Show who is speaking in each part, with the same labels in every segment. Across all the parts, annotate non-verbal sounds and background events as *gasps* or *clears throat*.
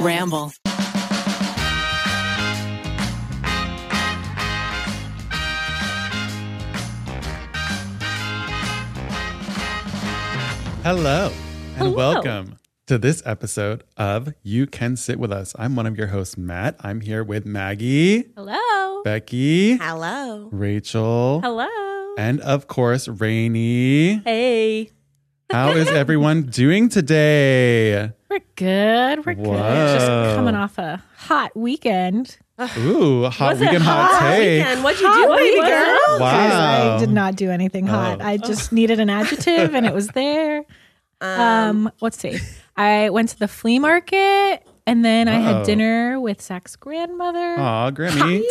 Speaker 1: Ramble.
Speaker 2: Hello and
Speaker 3: Hello.
Speaker 2: welcome to this episode of You Can Sit With Us. I'm one of your hosts, Matt. I'm here with Maggie,
Speaker 3: Hello.
Speaker 2: Becky,
Speaker 1: Hello.
Speaker 2: Rachel,
Speaker 3: Hello.
Speaker 2: and of course, Rainy.
Speaker 3: Hey.
Speaker 2: How is everyone doing today?
Speaker 3: We're good. We're good.
Speaker 2: Whoa.
Speaker 3: Just coming off a hot weekend.
Speaker 2: Ooh, hot
Speaker 4: Was it
Speaker 2: weekend, hot,
Speaker 4: hot
Speaker 2: take.
Speaker 4: weekend? What'd you do,
Speaker 3: Hot
Speaker 4: baby
Speaker 3: weekend.
Speaker 4: girl?
Speaker 2: Wow.
Speaker 3: I did not do anything hot.
Speaker 2: Oh.
Speaker 3: I just needed an adjective and it was there. Um, let's see. I went to the flea market and then I
Speaker 2: Oh.
Speaker 3: had dinner with Zach's grandmother.
Speaker 2: Aw, Grammy.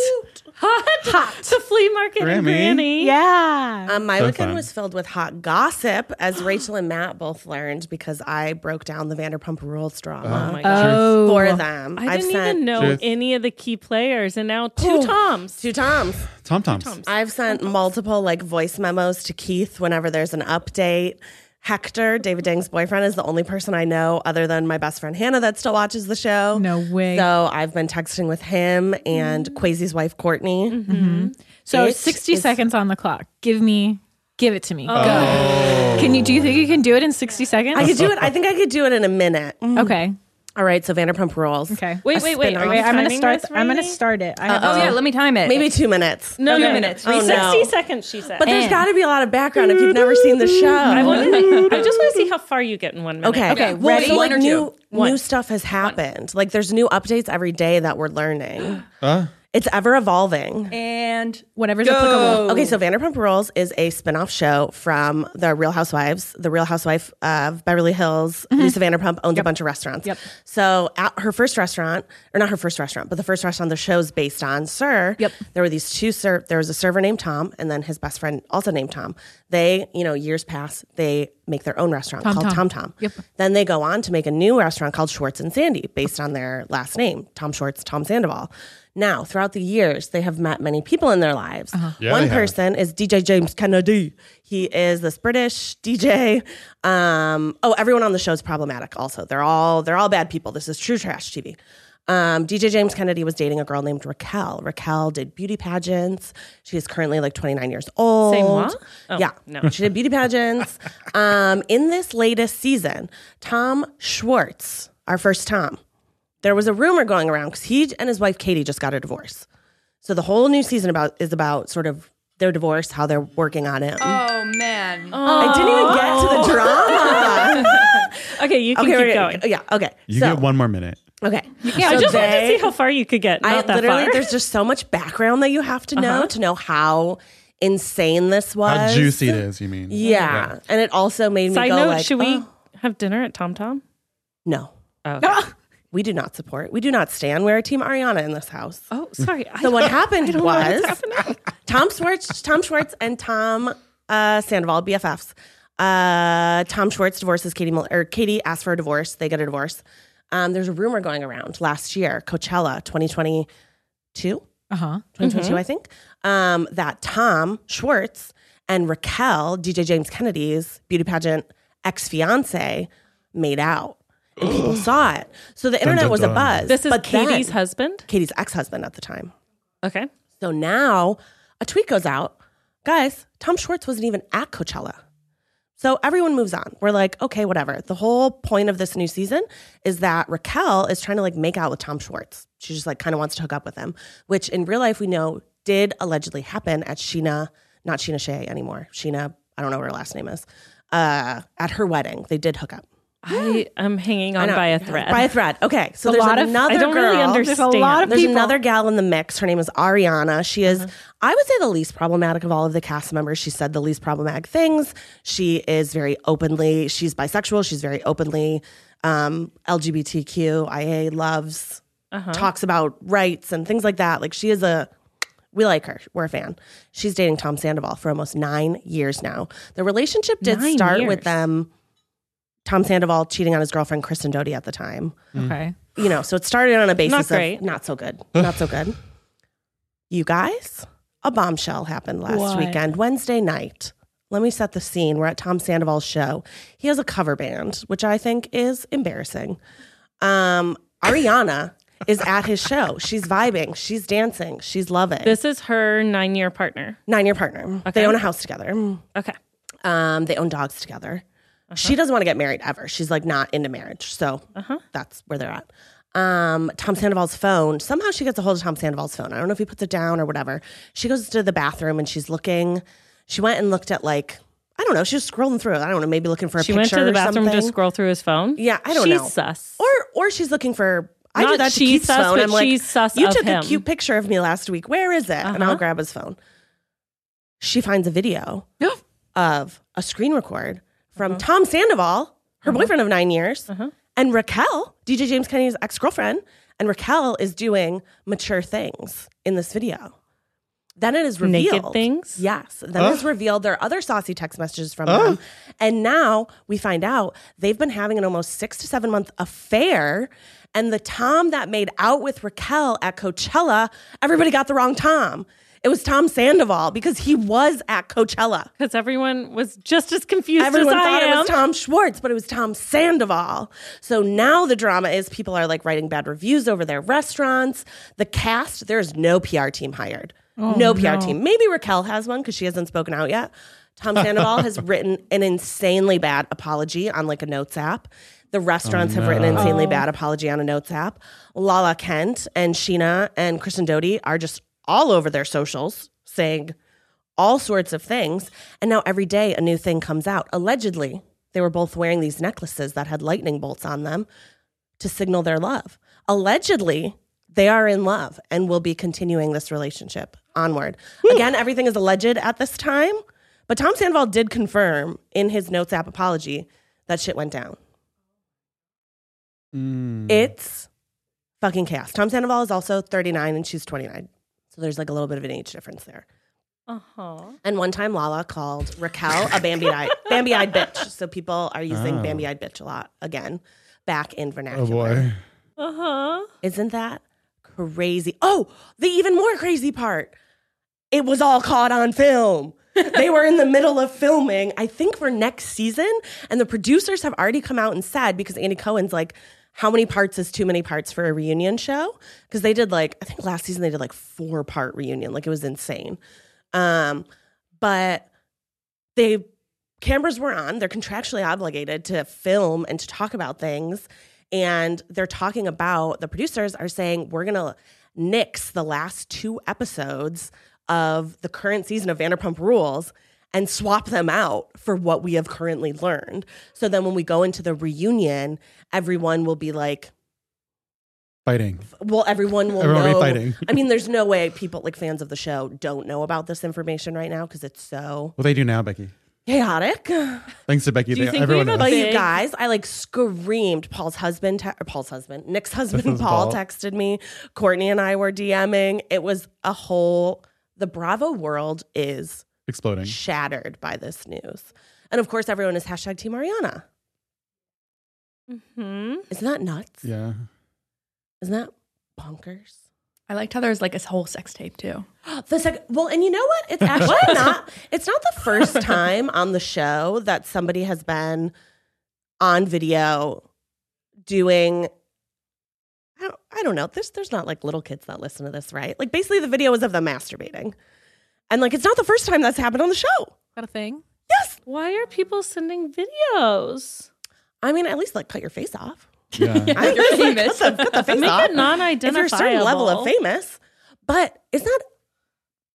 Speaker 4: Hot. The flea market
Speaker 2: Grammy.
Speaker 4: and Granny.
Speaker 3: Yeah.
Speaker 4: Um, my
Speaker 2: So
Speaker 4: weekend
Speaker 2: fun.
Speaker 4: was filled with hot gossip,
Speaker 2: *gasps*
Speaker 4: as Rachel and Matt both learned because I broke down the Vanderpump Rules drama
Speaker 2: my
Speaker 3: oh.
Speaker 4: for them.
Speaker 5: I
Speaker 4: have
Speaker 5: didn't
Speaker 4: sent *gasps*
Speaker 5: even know
Speaker 2: Truth.
Speaker 5: any of the key players, and now two Toms.
Speaker 4: two Toms.
Speaker 2: Tom Toms.
Speaker 4: I've sent multiple like voice memos to Keith whenever there's an update. Hector, David Dang's boyfriend, is the only person I know other than my best friend Hannah that still watches the show.
Speaker 3: No way.
Speaker 4: So I've been texting with him and Quasi's wife Courtney.
Speaker 3: So
Speaker 4: It
Speaker 3: 60
Speaker 4: is-
Speaker 3: seconds on the clock. Give me, give it to me.
Speaker 4: Oh.
Speaker 3: Go. Can you, do you think you can do it in 60 seconds?
Speaker 4: I could do it.
Speaker 2: *laughs*
Speaker 4: I think I could do it in a minute. Mm.
Speaker 3: Okay.
Speaker 4: All right, so Vanderpump Rules.
Speaker 3: Okay.
Speaker 5: Wait, wait, wait. Are you
Speaker 3: Wait, I'm gonna
Speaker 5: timing
Speaker 3: start.
Speaker 5: this,
Speaker 3: I'm gonna
Speaker 5: Rainey?
Speaker 3: start it. I have
Speaker 4: Uh-oh.
Speaker 3: to-
Speaker 4: Oh.
Speaker 6: Yeah, let me time it.
Speaker 4: Maybe two minutes.
Speaker 5: No,
Speaker 6: Two
Speaker 5: no,
Speaker 6: minutes.
Speaker 5: No.
Speaker 4: Oh, no.
Speaker 5: 60 seconds, she said.
Speaker 4: But there's
Speaker 3: And-
Speaker 4: got to be a lot of background if you've never seen the show.
Speaker 5: I, wanna, I just
Speaker 4: *laughs*
Speaker 5: want to see how far you get in one minute.
Speaker 4: Mm-hmm. okay.
Speaker 6: Okay,
Speaker 4: Well,
Speaker 6: ready?
Speaker 4: so, like,
Speaker 6: One or two?
Speaker 4: new, new stuff has happened. Like there's new updates every day that we're *gasps* learning.
Speaker 2: Uh,
Speaker 4: It's ever evolving.
Speaker 6: And
Speaker 3: Whatever's
Speaker 6: Go.
Speaker 3: applicable.
Speaker 4: Okay, so Vanderpump Rules is a spin-off show from The Real Housewives. The Real Housewife of Beverly Hills, Lisa Vanderpump owns a bunch of restaurants.
Speaker 3: Mm-hmm. Yep.
Speaker 4: So at her first restaurant, or not her first restaurant, but the first restaurant the show's based on, Sir.
Speaker 3: Yep.
Speaker 4: There were these two ser there was a server named Tom and then his best friend also named Tom. They, you know, years pass, they make their own restaurant
Speaker 3: Tom
Speaker 4: called
Speaker 3: Tom.
Speaker 4: Tom Tom.
Speaker 3: Yep.
Speaker 4: Then they go on to make a new restaurant called Schwartz and Sandy based on their last name, Tom Schwartz, Tom Sandoval. Now, throughout the years, they have met many people in their lives.
Speaker 3: Uh-huh.
Speaker 2: Yeah, they
Speaker 4: One
Speaker 2: have.
Speaker 4: person is DJ James Kennedy. He is this British DJ. Um, oh, everyone on the show is problematic. Also, they're all they're all bad people. This is true trash TV. Um, DJ James Kennedy was dating a girl named Raquel. Raquel did beauty pageants. She is currently like 29 years old.
Speaker 5: Say moi? Oh,
Speaker 4: yeah,
Speaker 5: no.
Speaker 4: *laughs* she did beauty pageants. um, in this latest season, Tom Schwartz, our first Tom, there was a rumor going around because he and his wife Katie just got a divorce. So the whole new season about is about sort of their divorce, how they're working on it.
Speaker 6: oh man,
Speaker 4: I didn't even get to the
Speaker 5: *laughs*
Speaker 4: drama.
Speaker 5: Okay, you can
Speaker 4: okay,
Speaker 5: keep
Speaker 4: wait,
Speaker 5: going.
Speaker 4: wait, yeah, okay.
Speaker 2: you
Speaker 4: so,
Speaker 2: get one more minute.
Speaker 4: Okay,
Speaker 5: Yeah, I
Speaker 4: So
Speaker 5: just wanted to
Speaker 4: they-
Speaker 5: see how far you could get. Not
Speaker 4: I
Speaker 5: that
Speaker 4: literally,
Speaker 5: far. Uh-huh.
Speaker 4: there's just so much background that you have to know to know how insane this was.
Speaker 2: How juicy it is, you mean?
Speaker 4: Yeah, and it also made me
Speaker 5: Side
Speaker 4: go
Speaker 5: note,
Speaker 4: like,
Speaker 5: should we
Speaker 4: oh,
Speaker 5: have dinner at Tom Tom?
Speaker 4: no,
Speaker 5: Oh, okay.
Speaker 4: we do not support. We do not stand. We're a team Ariana in this house.
Speaker 5: oh *laughs* sorry. I,
Speaker 4: So what happened was
Speaker 5: happening.
Speaker 4: Tom Schwartz, Tom Schwartz, and Tom uh, Sandoval, BFFs. Uh, Tom Schwartz divorces Katie Mil- or Katie asks for a divorce. They get a divorce. Um, there's a rumor going around last year, Coachella 2022,
Speaker 3: Uh huh.
Speaker 5: Mm-hmm.
Speaker 4: 2022, I think, um, that Tom Schwartz and Raquel, DJ James Kennedy's beauty pageant ex fiance, made out. And
Speaker 5: *gasps*
Speaker 4: people saw it. So the internet
Speaker 2: dun,
Speaker 4: was a
Speaker 2: dun.
Speaker 4: buzz.
Speaker 5: This is
Speaker 4: but
Speaker 5: Katie's
Speaker 4: then-
Speaker 5: husband.
Speaker 4: Katie's ex husband at the time. *gasps*
Speaker 5: Okay.
Speaker 4: So now a tweet goes out, guys, Tom Schwartz wasn't even at Coachella. So everyone moves on. We're like, okay, whatever. The whole point of this new season is that Raquel is trying to like make out with Tom Schwartz. She just like kind of wants to hook up with him, which in real life we know did allegedly happen at Sheena, not Sheena Shea anymore. Sheena, I don't know what her last name is. Uh, at her wedding, they did hook up
Speaker 5: I am hanging on
Speaker 4: I know.
Speaker 5: by a thread.
Speaker 4: By a thread. Okay, so
Speaker 3: A
Speaker 4: there's
Speaker 3: lot of-
Speaker 4: another
Speaker 5: I don't
Speaker 4: girl.
Speaker 5: really understand.
Speaker 3: There's a lot of
Speaker 4: There's
Speaker 3: people.
Speaker 4: another gal in the mix. Her name is Ariana. She is, I would say, the least problematic of all of the cast members. She said the least problematic things. She is very openly, she's bisexual. She's very openly um, LGBTQIA loves,
Speaker 5: Uh-huh.
Speaker 4: talks about rights and things like that. Like she is a, we like her. We're a fan. She's dating Tom Sandoval for almost nine years now. The relationship did
Speaker 5: Nine
Speaker 4: start with
Speaker 5: years.
Speaker 4: them, Tom Sandoval cheating on his girlfriend Kristen Doty at the time.
Speaker 3: Okay.
Speaker 4: You know, so it started on a basis
Speaker 5: Not great.
Speaker 4: of not so good, not so good. You guys, a bombshell happened last
Speaker 3: What?
Speaker 4: weekend, Wednesday night. Let me set the scene. We're at Tom Sandoval's show. He has a cover band, which I think is embarrassing. Um, Ariana is at his show. She's vibing. She's dancing. She's loving.
Speaker 5: This is her nine year partner.
Speaker 4: Nine-year partner. They own a house together.
Speaker 5: Okay.
Speaker 4: Um, they own dogs together. She
Speaker 5: Uh-huh.
Speaker 4: doesn't want to get married ever. She's like not into marriage. So that's where they're at. Um, Tom Sandoval's phone. Somehow she gets a hold of Tom Sandoval's phone. I don't know if he puts it down or whatever. She goes to the bathroom and she's looking. She went and looked at like I don't know. She was scrolling through. I don't know. Maybe looking for a
Speaker 5: She
Speaker 4: picture
Speaker 5: went to
Speaker 4: or
Speaker 5: the bathroom
Speaker 4: something.
Speaker 5: to scroll through his phone.
Speaker 4: Yeah, I don't
Speaker 5: she's
Speaker 4: know.
Speaker 5: sus.
Speaker 4: Or or she's looking for. I do
Speaker 5: Not
Speaker 4: that to
Speaker 5: she's
Speaker 4: Keith's
Speaker 5: sus,
Speaker 4: phone.
Speaker 5: but
Speaker 4: I'm like,
Speaker 5: she's sus
Speaker 4: you
Speaker 5: of
Speaker 4: took
Speaker 5: him." Uh-huh.
Speaker 4: a cute picture of me last week. Where is it? And I'll grab his phone. She finds a video of a screen record from
Speaker 5: Uh-huh.
Speaker 4: Tom Sandoval, her boyfriend of nine years, and Raquel, DJ James Kennedy's ex girlfriend. And Raquel is doing mature things in this video. Then it is revealed.
Speaker 5: Naked things?
Speaker 4: Yes. Then it's revealed there are other saucy text messages from them. And now we find out they've been having an almost six to seven month affair. And the Tom that made out with Raquel at Coachella, everybody got the wrong Tom. It was Tom Sandoval because he was at Coachella.
Speaker 5: Because everyone was just as confused
Speaker 4: Everyone
Speaker 5: as I
Speaker 4: thought
Speaker 5: am.
Speaker 4: it was Tom Schwartz, but it was Tom Sandoval. So now the drama is people are like writing bad reviews over their restaurants. The cast, there's no PR team hired.
Speaker 5: Oh,
Speaker 4: no PR team. Maybe Raquel has one because she hasn't spoken out yet.
Speaker 5: *laughs*
Speaker 4: Tom Sandoval has written an insanely bad apology on like a notes app. The restaurants
Speaker 5: Oh,
Speaker 4: have written an insanely bad apology on a notes app. Lala Kent and Sheena and Kristen Doty are just all over their socials saying, all sorts of things. And now every day a new thing comes out. Allegedly, they were both wearing these necklaces that had lightning bolts on them to signal their love. Allegedly, they are in love and will be continuing this relationship onward. Again, everything is alleged at this time, but Tom Sandoval did confirm in his notes app apology that shit went down.
Speaker 2: Hmm. Mm.
Speaker 4: It's fucking chaos. Tom Sandoval is also 39 and she's 29. So there's like a little bit of an age difference there. And one time Lala called Raquel a Bambi eyed Bambi eyed bitch. So people are using Bambi eyed bitch a lot again back in
Speaker 2: Ah. Oh
Speaker 4: vernacular.
Speaker 2: boy.
Speaker 5: Uh huh.
Speaker 4: Isn't that crazy? Oh, the even more crazy part. It was all caught on film. they were in the middle of filming, I think for next season. And the producers have already come out and said, because Andy Cohen's like, how many parts is too many parts for a reunion show? Because they did like, I think last season they did like four part reunion. Like it was insane. Um, but they cameras were on. They're contractually obligated to film and to talk about things. And they're talking about the producers are saying, we're going to nix the last two episodes of the current season of Vanderpump Rules and swap them out for what we have currently learned. So then when we go into the reunion, everyone will be like,
Speaker 2: Fighting.
Speaker 4: well, everyone will
Speaker 2: Everyone will be
Speaker 4: know.
Speaker 2: fighting.
Speaker 4: *laughs* I mean, there's no way people like fans of the show don't know about this information right now because it's so
Speaker 2: Well, they do now, Becky.
Speaker 4: chaotic.
Speaker 2: Thanks to Becky.
Speaker 5: Do you
Speaker 2: they-
Speaker 5: think we
Speaker 2: everyone
Speaker 5: have a
Speaker 2: knows.
Speaker 4: But you
Speaker 5: Big-
Speaker 4: guys, I like screamed. Paul's husband, te- or Paul's husband, Nick's husband,
Speaker 2: Husband's
Speaker 4: Paul
Speaker 2: Paul.
Speaker 4: texted me. Courtney and I were DMing. It was a whole. The Bravo world is
Speaker 2: exploding.
Speaker 4: shattered by this news, and of course, everyone is hashtag Team Ariana.
Speaker 5: Hmm.
Speaker 4: Isn't that nuts?
Speaker 2: Yeah.
Speaker 4: Isn't that bonkers?
Speaker 6: I liked how there was like this whole sex tape too.
Speaker 4: The second, well, and you know what? It's actually not. It's not the first time on the show that somebody has been on video doing. I don't, I don't know. There's there's not like little kids that listen to this, right? Like basically, the video is of them masturbating, and like it's not the first time that's happened on the show.
Speaker 3: Got a thing?
Speaker 5: Why are people sending videos?
Speaker 4: I mean, at least like cut your face off. *laughs*
Speaker 2: Yeah.
Speaker 5: *laughs*
Speaker 4: I think you're famous. Cut the, cut the face
Speaker 5: Make
Speaker 4: off.
Speaker 5: it non
Speaker 4: if
Speaker 5: identifiable.
Speaker 4: you're a certain level of famous, but it's not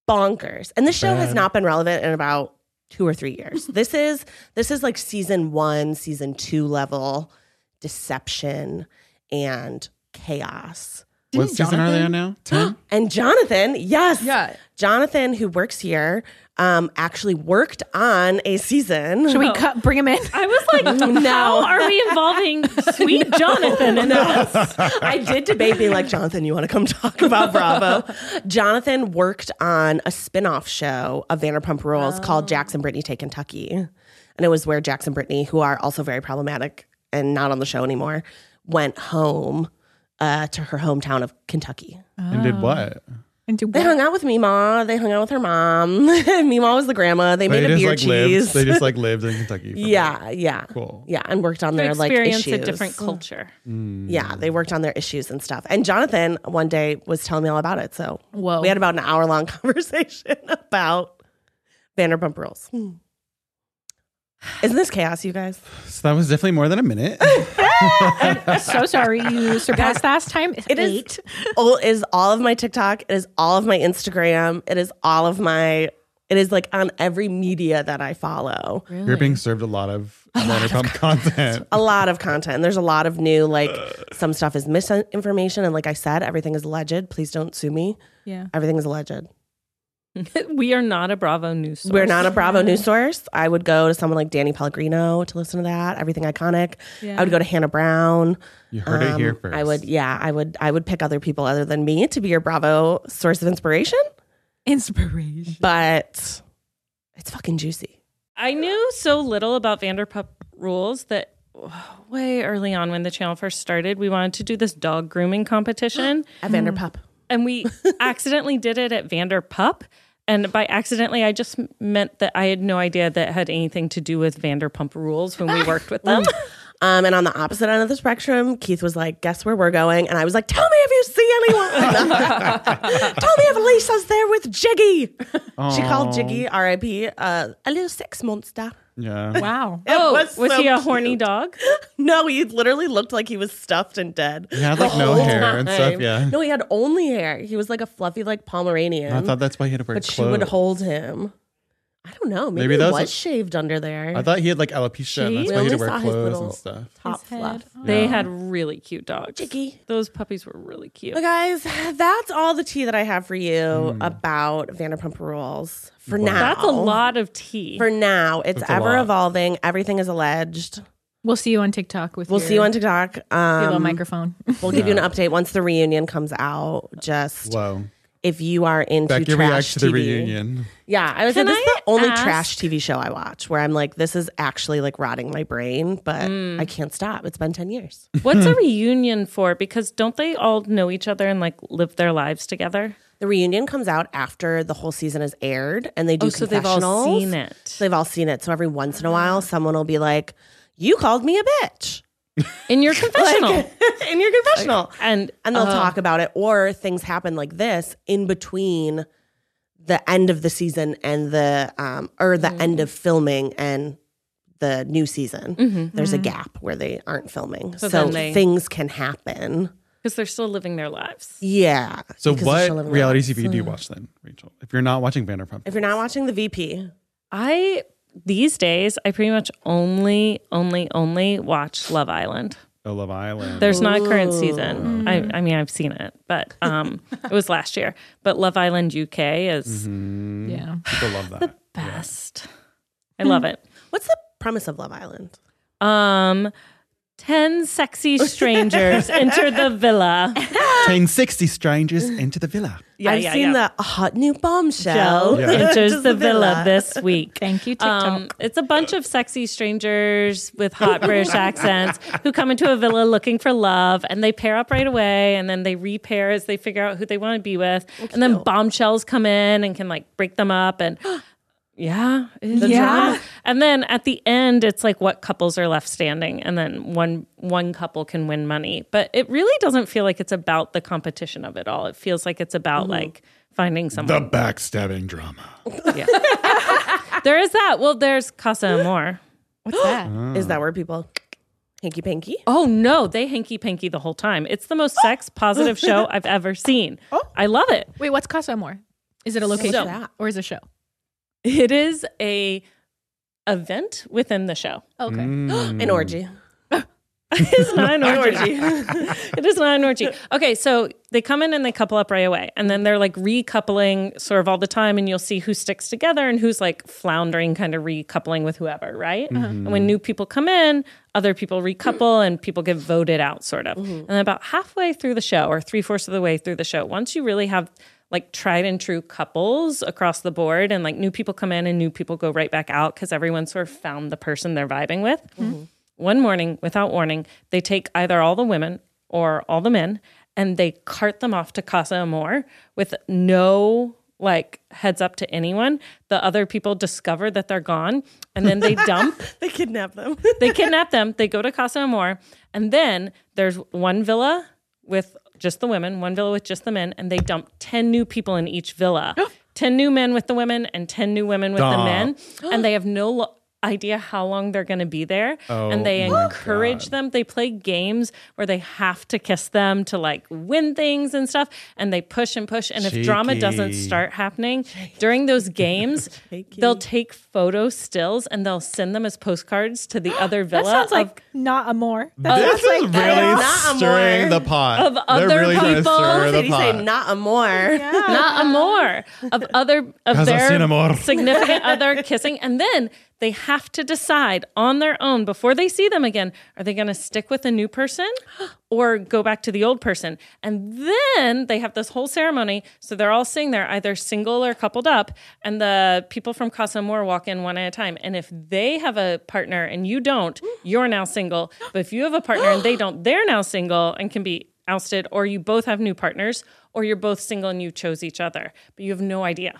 Speaker 4: bonkers. And this show has
Speaker 2: Bad.
Speaker 4: not been relevant in about two or three
Speaker 3: *laughs*
Speaker 4: years. this is this is like season one, season two level deception and chaos.
Speaker 2: What season are they on now? Ten.
Speaker 4: And Jonathan, yes.
Speaker 6: Yeah.
Speaker 4: Jonathan, who works here, um, actually worked on a season.
Speaker 3: Should we cut, bring him in?
Speaker 5: I was like,
Speaker 4: *laughs*
Speaker 5: how are we involving sweet Jonathan in this?
Speaker 4: I did *laughs* debate being like, Jonathan, you want to come talk about Bravo? *laughs* Jonathan worked on a spin-off show of Vanderpump Rules called Jackson Brittany Take Kentucky. And it was where Jackson Brittany, who are also very problematic and not on the show anymore, went home uh, to her hometown of Kentucky. *gasps*
Speaker 2: And
Speaker 4: Oh.
Speaker 2: did what?
Speaker 3: *laughs* And do
Speaker 4: They hung out with Mima. They hung out with her mom. *laughs* Mima was the grandma. They made a beer
Speaker 2: like
Speaker 4: cheese.
Speaker 2: lived. They just like lived in Kentucky. for a bit.
Speaker 4: *laughs* yeah, yeah.
Speaker 2: Cool.
Speaker 4: Yeah, and worked on
Speaker 5: To
Speaker 4: their like
Speaker 5: experience
Speaker 4: issues. Mm.
Speaker 5: a different culture. *laughs*
Speaker 4: Yeah, they worked on their issues and stuff. And Jonathan one day was telling me all about it. So
Speaker 3: Whoa.
Speaker 4: we had about an hour long *laughs* conversation about Vanderpump Rules. Isn't this chaos, you guys?
Speaker 2: So that was definitely more than a
Speaker 4: *laughs*
Speaker 2: minute.
Speaker 3: so sorry you surpassed last time.
Speaker 4: It is
Speaker 3: Eight.
Speaker 4: all it is all of my TikTok. It is all of my Instagram. It is all of my. It is like on every media that I follow.
Speaker 2: You're being served a lot of
Speaker 4: *laughs*
Speaker 2: Vanderpump content.
Speaker 4: a lot of content. And there's a lot of new, like, some stuff is misinformation. And like I said, everything is alleged. Please don't sue me.
Speaker 3: Yeah.
Speaker 4: Everything is alleged.
Speaker 5: we are not a Bravo news source.
Speaker 4: We're not a Bravo news source. I would go to someone like Danny Pellegrino to listen to that. Everything iconic. I would go to Hannah Brown.
Speaker 2: You heard it here first.
Speaker 4: Um, I would, yeah, I would, I would pick other people other than me to be your Bravo source of inspiration.
Speaker 3: Inspiration.
Speaker 4: But it's fucking juicy.
Speaker 5: I knew so little about Vanderpump Rules that *sighs* oh, way early on when the channel first started, we wanted to do this dog grooming competition.
Speaker 4: At Vanderpup. *laughs*
Speaker 5: and we accidentally did it at Vanderpup. And by accidentally, I just m- meant that I had no idea that had anything to do with Vanderpump Rules when we
Speaker 4: Ah,
Speaker 5: worked with them.
Speaker 4: Um, and on the opposite end of the spectrum, Keith was like, "Guess where we're going?" And I was like, "Tell me if you see
Speaker 2: *laughs*
Speaker 4: anyone. Tell me if Elisa's there with Jiggy." She called Jiggy, R.I.P., uh, a little sex monster.
Speaker 2: Yeah.
Speaker 3: Wow.
Speaker 5: oh,
Speaker 4: was
Speaker 5: *laughs* was,
Speaker 4: so
Speaker 5: he a
Speaker 4: cute.
Speaker 5: horny dog?
Speaker 4: No, he literally looked like he was stuffed and dead.
Speaker 2: He had like no hair and stuff. Yeah.
Speaker 4: No, he had only hair. He was like a fluffy, like Pomeranian.
Speaker 2: I thought that's why he had to wear
Speaker 4: but
Speaker 2: clothes.
Speaker 4: she would hold him. I don't know. Maybe,
Speaker 2: Maybe
Speaker 4: he
Speaker 2: those-
Speaker 4: was shaved under there.
Speaker 2: I thought he had like alopecia. And that's
Speaker 4: We
Speaker 2: why he had
Speaker 4: only
Speaker 2: to wear
Speaker 4: saw his
Speaker 2: clothes
Speaker 4: little
Speaker 2: and stuff.
Speaker 4: top fluff.
Speaker 5: They had really cute dogs.
Speaker 4: Jiggy.
Speaker 5: Those puppies were really cute.
Speaker 4: But guys, *laughs* that's all the tea that I have for you
Speaker 2: Hmm.
Speaker 4: about Vanderpump Rules for now.
Speaker 5: That's a lot of tea.
Speaker 4: For now, it's
Speaker 2: That's a
Speaker 4: ever
Speaker 2: lot.
Speaker 4: evolving. Everything is alleged.
Speaker 3: We'll see you on TikTok with
Speaker 4: We'll
Speaker 3: your,
Speaker 4: see you on TikTok.
Speaker 3: little
Speaker 4: Um,
Speaker 3: microphone. *laughs*
Speaker 4: we'll give you an update once the reunion comes out. Just
Speaker 2: Whoa.
Speaker 4: if you are into
Speaker 2: Becky
Speaker 4: trash
Speaker 2: reacts to the
Speaker 4: TV.
Speaker 2: reunion.
Speaker 4: Yeah, I was say
Speaker 5: Can
Speaker 4: this is
Speaker 5: I
Speaker 4: the only
Speaker 5: ask-
Speaker 4: trash TV show I watch where I'm like, this is actually like rotting my brain, but
Speaker 5: Mm.
Speaker 4: I can't stop. It's been ten years.
Speaker 5: *laughs* What's a reunion for? Because don't they all know each other and like live their lives together?
Speaker 4: The reunion comes out after the whole season is aired, and they do.
Speaker 5: Oh, so they've all
Speaker 4: confessionals.
Speaker 5: seen it. Ah.
Speaker 4: So they've all seen it. So every once in a while, someone will be like, "You called me a bitch," *laughs*
Speaker 5: In your confessional.
Speaker 4: in your confessional,
Speaker 5: and uh,
Speaker 4: and they'll talk about it. Or things happen like this in between the end of the season and the um, or the
Speaker 5: Mm.
Speaker 4: end of filming and the new season. There's a gap where they aren't filming, so,
Speaker 5: Mm-hmm. So then they-
Speaker 4: things can happen.
Speaker 5: because they're still living their lives.
Speaker 4: Yeah.
Speaker 2: So
Speaker 4: because they're still
Speaker 2: what
Speaker 4: living
Speaker 2: reality
Speaker 4: their lives.
Speaker 2: TV do you watch then, Rachel? If you're not watching Vanderpump,
Speaker 4: Hmm. If you're not watching the VP,
Speaker 5: I these days I pretty much only only only watch Love Island.
Speaker 2: oh, Love Island.
Speaker 5: There's not a current season. I, I mean I've seen it, but um it was last year. But Love Island UK is
Speaker 3: yeah.
Speaker 2: people love
Speaker 4: *laughs*
Speaker 2: that.
Speaker 5: best. I love it.
Speaker 4: what's the premise of Love Island?
Speaker 5: Um 10 sexy strangers enter the villa.
Speaker 2: Chain 60 strangers into the villa.
Speaker 5: Yeah,
Speaker 4: I've
Speaker 5: yeah,
Speaker 4: seen
Speaker 5: yeah.
Speaker 4: the hot new bombshell.
Speaker 2: Yeah.
Speaker 5: enters the villa this week.
Speaker 3: Thank you, TikTok.
Speaker 5: Um, it's a bunch of sexy strangers with hot British accents who come into a villa looking for love and they pair up right away and then they repair as they figure out who they want to be with. and then bombshells come in and can like break them up and yeah. it's-
Speaker 3: Yeah.
Speaker 5: And then at the end it's like what couples are left standing and then one one couple can win money. But it really doesn't feel like it's about the competition of it all. It feels like it's about like finding
Speaker 2: The
Speaker 5: someone.
Speaker 2: backstabbing drama.
Speaker 5: Yeah. there is that. Well, there's Casa Amor.
Speaker 3: *gasps* What's that?
Speaker 4: Is
Speaker 2: Mm.
Speaker 4: that where people hanky *gasps* panky?
Speaker 5: Oh no, they hanky panky the whole time. It's the most sex positive show I've ever seen. I love it.
Speaker 3: Wait, what's Casa Amor? Is it a location
Speaker 4: that?
Speaker 3: or is it a show?
Speaker 5: It is a event within the show.
Speaker 2: Mm.
Speaker 3: Okay.
Speaker 4: An orgy.
Speaker 5: It's not an orgy. *laughs* it is not an orgy. Okay, so they come in and they couple up right away. And then they're like recoupling sort of all the time. And you'll see who sticks together and who's like floundering, kind of recoupling with whoever, right? And when new people come in, other people recouple and people get voted out, sort of. And then about halfway through the show or three fourths of the way through the show, once you really have like tried and true couples across the board and like new people come in and new people go right back out because everyone sort of found the person they're vibing with. One morning, without warning, they take either all the women or all the men and they cart them off to Casa Amor with no like heads up to anyone. The other people discover that they're gone and then they *laughs* dump
Speaker 4: They kidnap them.
Speaker 5: they kidnap them. They go to Casa Amor, and then there's one villa with just the women, one villa with just the men, and they dump ten new people in each villa. ten new men with the women, and ten new women with the
Speaker 2: Stop.
Speaker 5: men, and they have no. Lo- idea how long they're going to be there
Speaker 2: Oh
Speaker 5: and they
Speaker 2: my
Speaker 5: encourage them they play games where they have to kiss them to like win things and stuff and they push and push and if drama doesn't
Speaker 2: Cheeky.
Speaker 5: start happening during those
Speaker 3: *laughs*
Speaker 5: games they'll take photo stills and they'll send them as postcards to the other villa
Speaker 3: That sounds
Speaker 5: of-
Speaker 3: like not a more. That
Speaker 2: This
Speaker 3: sounds
Speaker 2: is
Speaker 3: like
Speaker 2: really
Speaker 4: not
Speaker 2: stirring
Speaker 4: amor.
Speaker 2: the pot.
Speaker 5: Of
Speaker 2: They're
Speaker 5: other
Speaker 2: really trying to
Speaker 5: people.
Speaker 2: stir
Speaker 4: Did
Speaker 2: the
Speaker 4: he say
Speaker 2: pot.
Speaker 4: not a more?
Speaker 5: not amor of other of
Speaker 2: Casa sin amor.
Speaker 5: their significant other kissing and then they have to decide on their own before they see them again are they going to stick with a new person or go back to the old person and then they have this whole ceremony so they're all sitting there either single or coupled up and the people from casa amor walk in one at a time and if they have a partner and you don't you're now single but if you have a partner and they don't they're now single and can be ousted or you both have new partners or you're both single and you chose each other but you have no idea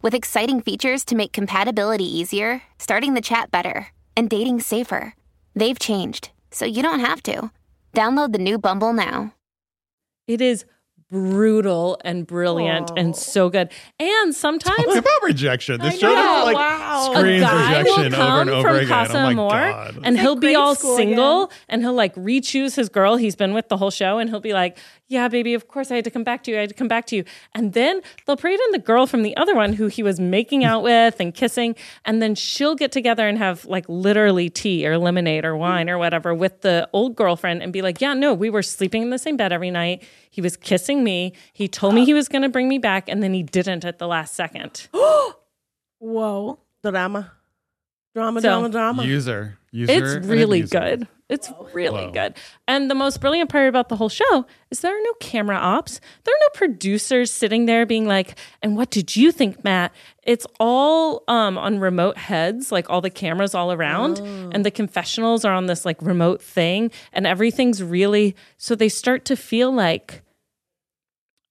Speaker 7: with exciting features to make compatibility easier, starting the chat better, and dating safer. They've changed, so you don't have to. Download the new Bumble now.
Speaker 5: It is brutal and brilliant and so good. And sometimes
Speaker 2: Talk about rejection. This show
Speaker 5: know.
Speaker 2: just, like
Speaker 4: Wow.
Speaker 5: a
Speaker 2: screams
Speaker 5: guy will
Speaker 2: rejection over
Speaker 5: come
Speaker 2: and over
Speaker 5: from
Speaker 2: again.
Speaker 5: Casa
Speaker 2: oh my
Speaker 5: Amor
Speaker 2: god.
Speaker 5: and he'll be
Speaker 6: grade
Speaker 5: all
Speaker 6: school
Speaker 5: single and he'll like re-choose his girl he's been with the whole show and he'll be like, Yeah, baby, of course I had to come back to you. I had to come back to you. And then they'll pretend the girl from the other one who he was making out with and kissing. And then she'll get together and have like literally tea or lemonade or wine or whatever with the old girlfriend and be like, Yeah, no, we were sleeping in the same bed every night. He was kissing me. He told me he was going to bring me back, and then he didn't at the last second.
Speaker 3: whoa.
Speaker 4: Drama. Drama,
Speaker 5: So-
Speaker 4: drama, drama. *laughs*
Speaker 2: User, user. and
Speaker 5: It's really
Speaker 2: abuser.
Speaker 5: good. It's really
Speaker 2: Wow.
Speaker 5: good. And the most brilliant part about the whole show is there are no camera ops. There are no producers sitting there being like, and what did you think, Matt? It's all um, on remote heads, like all the cameras all around. And the confessionals are on this like remote thing. And everything's really, so they start to feel like,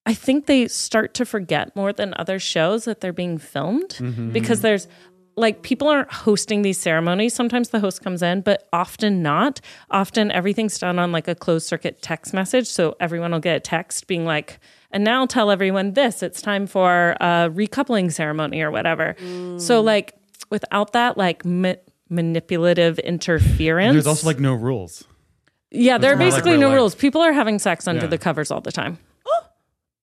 Speaker 5: I think they start to forget more than other shows that they're being filmed
Speaker 2: Mm-hmm.
Speaker 5: because there's like people aren't hosting these ceremonies. Sometimes the host comes in, but often not. Often everything's done on like a closed circuit text message. So everyone will get a text being like, and now tell everyone this it's time for a recoupling ceremony or whatever. So,
Speaker 2: Mm.
Speaker 5: like, without that, like, ma- manipulative interference.
Speaker 2: And there's also like no rules.
Speaker 5: yeah, there are
Speaker 2: it's not like
Speaker 5: basically
Speaker 2: real
Speaker 5: no
Speaker 2: life.
Speaker 5: rules. People are having sex under
Speaker 2: Yeah. Oh.
Speaker 5: the covers all the time.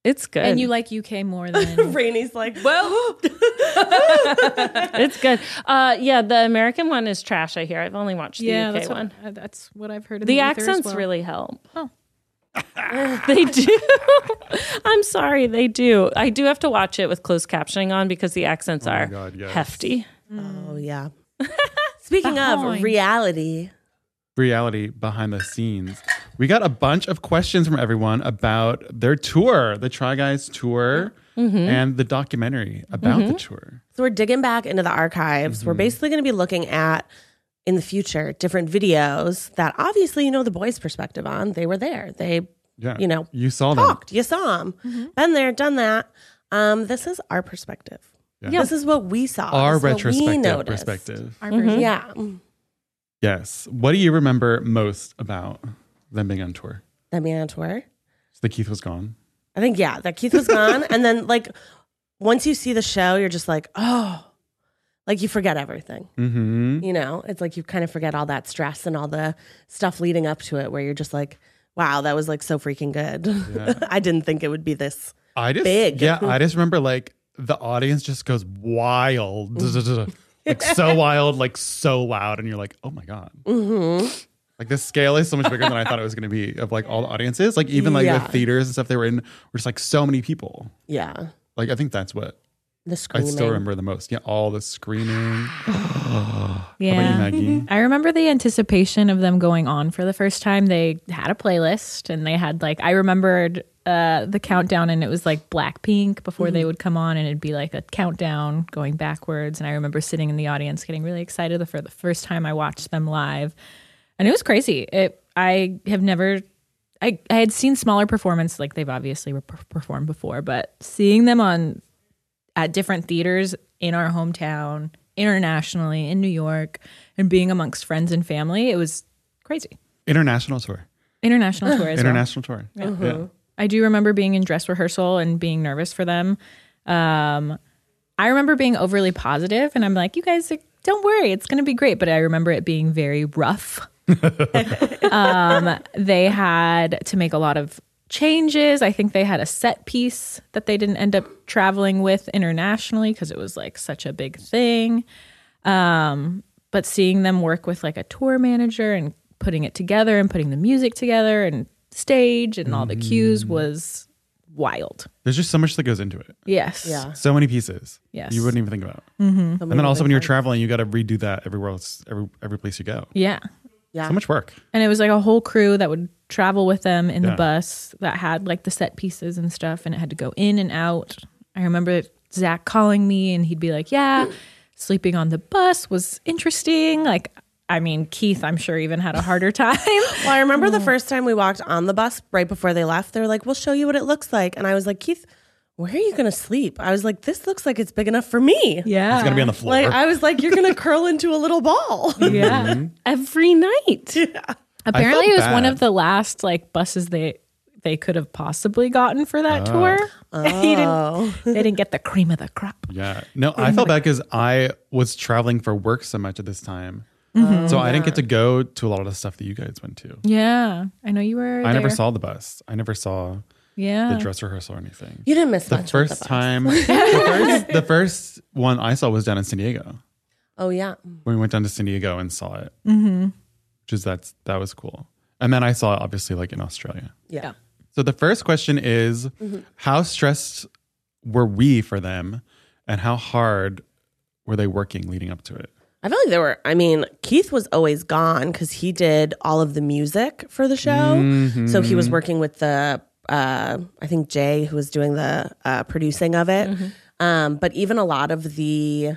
Speaker 5: It's good.
Speaker 3: And you like UK
Speaker 5: *laughs*
Speaker 3: more than
Speaker 4: Rainy's like, well,
Speaker 5: it's good. Uh, yeah, the American one is trash. I hear. I've only watched
Speaker 3: *laughs*
Speaker 5: the
Speaker 3: yeah.
Speaker 5: UK
Speaker 3: That's
Speaker 5: one.
Speaker 3: what, uh, that's what I've heard. In the,
Speaker 5: The,
Speaker 3: ether as
Speaker 5: accents
Speaker 3: well.
Speaker 5: really help.
Speaker 3: Oh.
Speaker 5: *laughs* they do. *laughs* I'm sorry, they do. I do have to watch it with closed captioning on because the accents
Speaker 2: Oh my
Speaker 5: are
Speaker 2: God, yes.
Speaker 5: hefty.
Speaker 4: oh yeah. Speaking of reality,
Speaker 2: reality behind the scenes. We got a bunch of questions from everyone about their tour, the Try Guys tour, and the documentary about the tour. Mm-hmm.
Speaker 4: so we're digging back into the archives. We're basically going to be looking at in the future different videos that obviously you know the boys' perspective on. They were there. They,
Speaker 2: Yeah.
Speaker 4: you know,
Speaker 2: you saw them.
Speaker 4: talked. You saw them. Been there, done that. Um, this is our perspective.
Speaker 2: Yeah.
Speaker 4: This is what we saw.
Speaker 2: Our
Speaker 4: This is what we
Speaker 2: retrospective
Speaker 4: noticed.
Speaker 2: perspective.
Speaker 3: Our
Speaker 5: Mm-hmm.
Speaker 3: version.
Speaker 4: Yeah. Mm.
Speaker 2: Yes. What do you remember most about them being on tour?
Speaker 4: That being on tour.
Speaker 2: So that Keith was gone.
Speaker 4: I think yeah, that Keith was gone, and then like once you see the show, you're just like, oh, like you forget everything.
Speaker 2: Mm-hmm.
Speaker 4: You know, it's like you kind of forget all that stress and all the stuff leading up to it, where you're just like, wow, that was like so freaking good. *laughs* I didn't think it would be this.
Speaker 2: I just
Speaker 4: Big.
Speaker 2: yeah. I just remember like the audience just goes wild, *laughs* like so wild, like so loud, and you're like, oh my god.
Speaker 4: Mm-hmm.
Speaker 2: Like the scale is so much bigger than I thought it was going to be of like all the audiences, like even like
Speaker 4: Yeah.
Speaker 2: the theaters and stuff they were in were just like so many people.
Speaker 4: Yeah,
Speaker 2: Like I think that's what
Speaker 4: the screaming.
Speaker 2: I still remember the most. Yeah, all the screaming.
Speaker 3: Yeah.
Speaker 2: How about you,
Speaker 4: Mm-hmm.
Speaker 2: Maggie?
Speaker 3: I remember the anticipation of them going on for the first time. They had a playlist and they had like I remembered uh, the countdown and it was like Blackpink before they would come on and it'd be like a countdown going backwards. And I remember sitting in the audience getting really excited the- for the first time I watched them live, and it was crazy. It I have never. I, I had seen smaller performance like they've obviously re- performed before, but seeing them on at different theaters in our hometown, internationally, in New York, and being amongst friends and family. It was crazy.
Speaker 2: International tour.
Speaker 3: International tour as well. Uh-huh.
Speaker 2: International tour. Yeah.
Speaker 3: I do remember being in dress rehearsal and being nervous for them. Um, I remember being overly positive, and I'm like, you guys, don't worry, it's going to be great. But I remember it being very rough. *laughs* um, they had to make a lot of changes. I think they had a set piece that they didn't end up traveling with internationally because it was like such a big thing. Um, but seeing them work with like a tour manager and putting it together and putting the music together and stage and all the cues
Speaker 2: Mm.
Speaker 3: was wild.
Speaker 2: There's just so much that goes into it.
Speaker 3: Yes.
Speaker 4: Yeah.
Speaker 2: So many pieces.
Speaker 3: Uh-huh. Yes. Mm-hmm.
Speaker 2: You wouldn't even think about. And then also when you're traveling, you got to redo that everywhere else, every every place you go.
Speaker 3: Yeah.
Speaker 2: So much work.
Speaker 3: And it was like a whole crew that would travel with them in
Speaker 2: Yeah.
Speaker 3: the bus that had like the set pieces and stuff, and it had to go in and out. I remember Zach calling me, and he'd be like, "Yeah, sleeping on the bus was interesting." Like, I mean, Keith, I'm sure even had a harder *laughs* time.
Speaker 4: Well, I remember the first time we walked on the bus right before they left. They were like, "We'll show you what it looks like," and I was like, "Keith, where are you going to sleep?" I was like, "This looks like it's big enough for me."
Speaker 3: yeah,
Speaker 2: It's gonna be on the floor.
Speaker 4: Like I was like, "You're going to curl into a little ball."
Speaker 2: *laughs*
Speaker 3: yeah.
Speaker 2: Mm-hmm.
Speaker 4: *laughs*
Speaker 5: every night.
Speaker 3: Apparently,
Speaker 2: felt
Speaker 3: it was one
Speaker 2: bad.
Speaker 3: of the last like buses they they could have possibly gotten for that
Speaker 2: Oh.
Speaker 3: tour. *laughs* He didn't, they didn't get the cream of the crop.
Speaker 2: Yeah. No, I felt bad because I was traveling for work so much at this time. so I didn't get to go to a lot of the stuff that you guys went to.
Speaker 3: Yeah, I know you were.
Speaker 2: I never
Speaker 3: there.
Speaker 2: saw the bus. I never saw
Speaker 3: Yeah,
Speaker 2: the dress rehearsal or anything.
Speaker 4: You didn't miss
Speaker 2: The
Speaker 4: much with
Speaker 2: first
Speaker 3: *laughs*
Speaker 4: the bus.
Speaker 2: time, the first, the first one I saw was down in San Diego
Speaker 4: Oh yeah.
Speaker 2: when we went down to San Diego and saw it, mm-hmm. which is that's that was cool. And then I saw it obviously like in Australia.
Speaker 4: Yeah.
Speaker 2: So the first question is
Speaker 4: Mm-hmm.
Speaker 2: how stressed were we for them and how hard were they working leading up to it?
Speaker 4: I feel like there were, I mean, Keith was always gone because he did all of the music for the show. Oh, So he was
Speaker 2: Mm.
Speaker 4: working with the, uh, I think Jay, who was doing the uh, producing of it.
Speaker 5: Mm-hmm.
Speaker 4: Um, but even a lot of the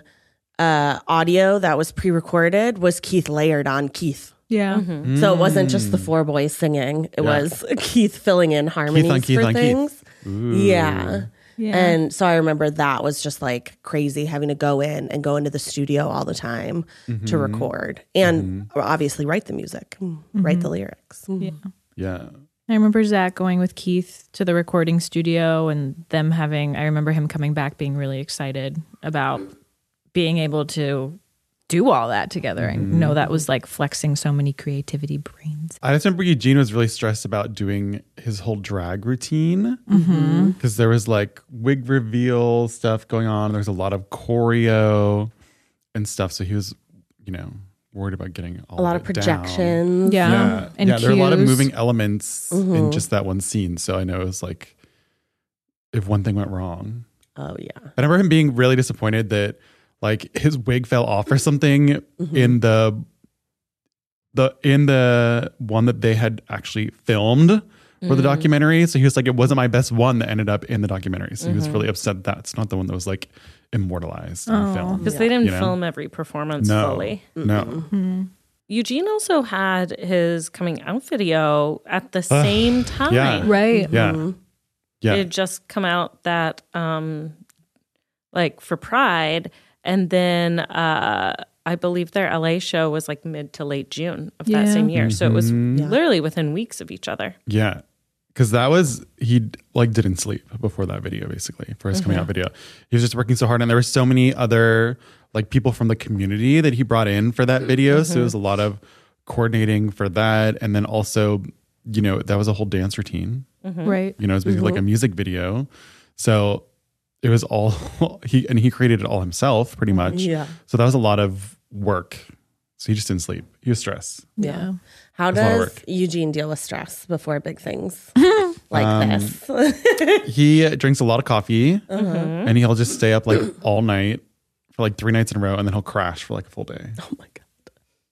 Speaker 4: uh, audio that was pre recorded was Keith layered on Keith.
Speaker 3: yeah.
Speaker 4: So it wasn't just the four boys singing. It was *laughs* Keith filling in harmonies
Speaker 2: Mm. Keith
Speaker 4: for
Speaker 2: on Keith.
Speaker 4: things. Yeah.
Speaker 3: Yeah.
Speaker 4: And so I remember that was just like crazy having to go in and go into the studio all the time
Speaker 2: Mm-hmm.
Speaker 4: to record and obviously write the music, mm, write the lyrics.
Speaker 2: Mm-hmm. Yeah.
Speaker 3: I remember Zach going with Keith to the recording studio and them having, I remember him coming back being really excited about being able to do all that together. I
Speaker 2: Mm-hmm.
Speaker 3: know that was like flexing so many creativity brains.
Speaker 2: I just remember Eugene was really stressed about doing his whole drag routine because
Speaker 3: Mm-hmm.
Speaker 2: there was like wig reveal stuff going on. There was a lot of choreo and stuff. So he was, you know, worried about getting all
Speaker 4: A lot of
Speaker 2: it down.
Speaker 4: projections.
Speaker 3: Yeah.
Speaker 2: Yeah.
Speaker 3: And
Speaker 2: yeah, there were a lot of
Speaker 3: cues.
Speaker 2: moving elements
Speaker 4: Mm-hmm.
Speaker 2: in just that one scene. So I know it was like if one thing went wrong.
Speaker 4: Oh, yeah.
Speaker 2: I remember him being really disappointed that like his wig fell off or something in the the in the one that they had actually filmed for the documentary. So he was like, it wasn't my best one that ended up in the documentary. So he was really upset that's not the one that was like immortalized in film.
Speaker 5: Because they didn't
Speaker 2: You know?
Speaker 5: film every performance
Speaker 2: No,
Speaker 5: fully.
Speaker 3: Mm-hmm.
Speaker 2: no.
Speaker 5: Eugene also had his coming out video at the same time.
Speaker 2: yeah.
Speaker 3: Right.
Speaker 2: Yeah. Yeah.
Speaker 5: It had just come out that um like for Pride and then uh I believe their LA show was like mid to late June of that
Speaker 3: Yeah.
Speaker 5: same year. So it was
Speaker 2: Mm-hmm.
Speaker 5: literally within weeks of each other.
Speaker 2: Yeah. Cause that was he like didn't sleep before that video basically for his coming out video. He was just working so hard and there were so many other like people from the community that he brought in for that video. So it was a lot of coordinating for that. And then also, you know, that was a whole dance routine.
Speaker 3: Right.
Speaker 2: You know, it was basically like a music video. So it was all *laughs* he and he created it all himself pretty much.
Speaker 4: Yeah.
Speaker 2: So that was a lot of work. So he just didn't sleep. He was stressed.
Speaker 3: Yeah.
Speaker 4: How
Speaker 2: That's a lot of
Speaker 4: does
Speaker 2: work.
Speaker 4: Eugene deal with stress before
Speaker 2: *laughs*
Speaker 4: big things like
Speaker 2: Um,
Speaker 4: this?
Speaker 2: he drinks a lot of coffee
Speaker 4: Mm-hmm.
Speaker 2: and he'll just stay up like all night for like three nights in a row and then he'll crash for like a full day. I
Speaker 4: *laughs* oh my god.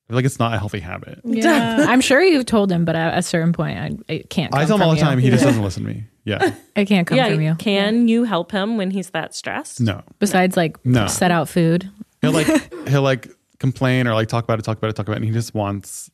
Speaker 2: feel like it's not a healthy habit.
Speaker 3: Yeah. *laughs* I'm sure you've told him, but at a certain point, I it can't. Come
Speaker 2: I tell him
Speaker 3: from
Speaker 2: all the
Speaker 3: you.
Speaker 2: time he just doesn't listen to me. Yeah.
Speaker 3: It can't come from you.
Speaker 5: Can you help him when he's that stressed?
Speaker 2: No.
Speaker 3: Besides, like
Speaker 2: No.
Speaker 3: set out food.
Speaker 2: He'll like he'll like complain or like talk about it, talk about it, talk about it, and he just wants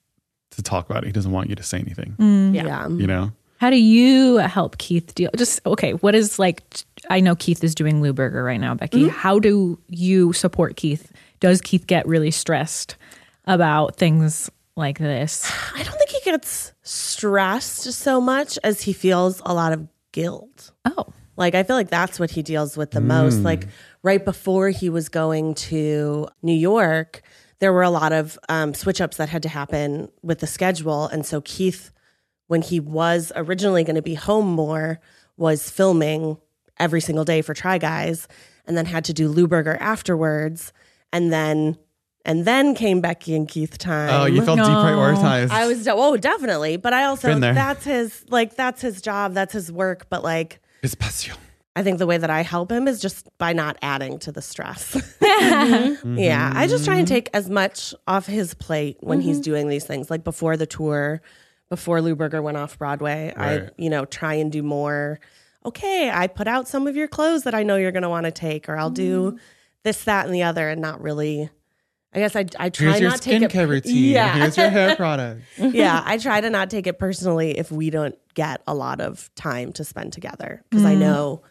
Speaker 2: to talk about it. He doesn't want you to say anything.
Speaker 4: Yeah.
Speaker 2: You know?
Speaker 3: How do you help Keith deal? Just okay. What is like? I know Keith is doing Lou Burger right now, Becky. How do you support Keith? Does Keith get really stressed about things like this?
Speaker 4: I don't think he gets stressed so much as he feels a lot of guilt.
Speaker 3: *sighs* Oh,
Speaker 4: Like I feel like that's what he deals with the
Speaker 2: Hmm.
Speaker 4: most. Like right before he was going to New York, there were a lot of um, switch ups that had to happen with the schedule, and so Keith, when he was originally going to be home more, was filming every single day for Try Guys, and then had to do Luberger afterwards, and then and then came Becky and Keith time.
Speaker 2: Oh, you felt deprioritized.
Speaker 4: I was oh definitely, but I also
Speaker 2: Been there.
Speaker 4: that's his like that's his job, that's his work, but like
Speaker 2: Espacio.
Speaker 4: I think the way that I help him is just by not adding to the stress.
Speaker 2: Mm-hmm.
Speaker 4: *laughs* Yeah, I just try and take as much off his plate when he's doing these things. Like before the tour, before Lou Berger went off Broadway, I
Speaker 2: Right.
Speaker 4: you know try and do more. Okay, I put out some of your clothes that I know you're going to want to take, or I'll do this, that, and the other, and not really. I guess I I try
Speaker 2: Here's your
Speaker 4: not take it.
Speaker 2: skincare routine.
Speaker 4: Yeah,
Speaker 2: Here's your hair
Speaker 4: *laughs*
Speaker 2: product. *laughs*
Speaker 4: yeah, I try to not take it personally if we don't get a lot of time to spend together because I know,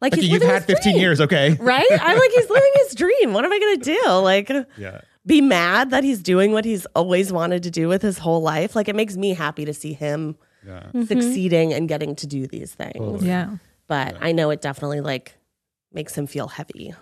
Speaker 4: like,
Speaker 2: Becky,
Speaker 4: he's
Speaker 2: Mm. you've
Speaker 4: living
Speaker 2: had
Speaker 4: his
Speaker 2: 15
Speaker 4: dream,
Speaker 2: years,
Speaker 4: *laughs*
Speaker 2: okay?
Speaker 4: right? I'm like, he's living
Speaker 2: *laughs*
Speaker 4: his dream. What am I gonna do? Like,
Speaker 2: Yeah.
Speaker 4: be mad that he's doing what he's always wanted to do with his whole life? Like, it makes me happy to see him Mm-hmm.
Speaker 2: Yeah.
Speaker 4: succeeding and getting to do these things.
Speaker 2: Totally.
Speaker 3: yeah.
Speaker 4: But I know it definitely like makes him feel heavy.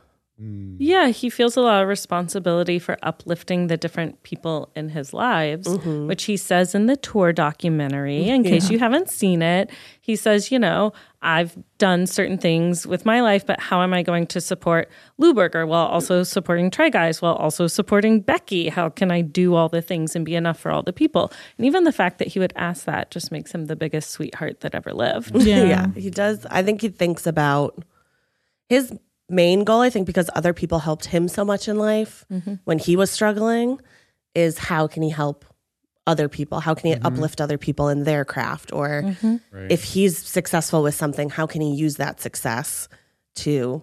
Speaker 2: Mm,
Speaker 5: Yeah, he feels a lot of responsibility for uplifting the different people in his lives, which he says in the tour documentary. In case you haven't seen it, he says, you know, I've done certain things with my life, but how am I going to support Luberger while also supporting Try Guys, while also supporting Becky? How can I do all the things and be enough for all the people? And even the fact that he would ask that just makes him the biggest sweetheart that ever lived.
Speaker 4: *laughs* Yeah. he does. I think he thinks about his main goal. I think because other people helped him so much in life when he was struggling, is how can he help other people? How can he uplift other people in their craft? Or if he's successful with something, how can he use that success to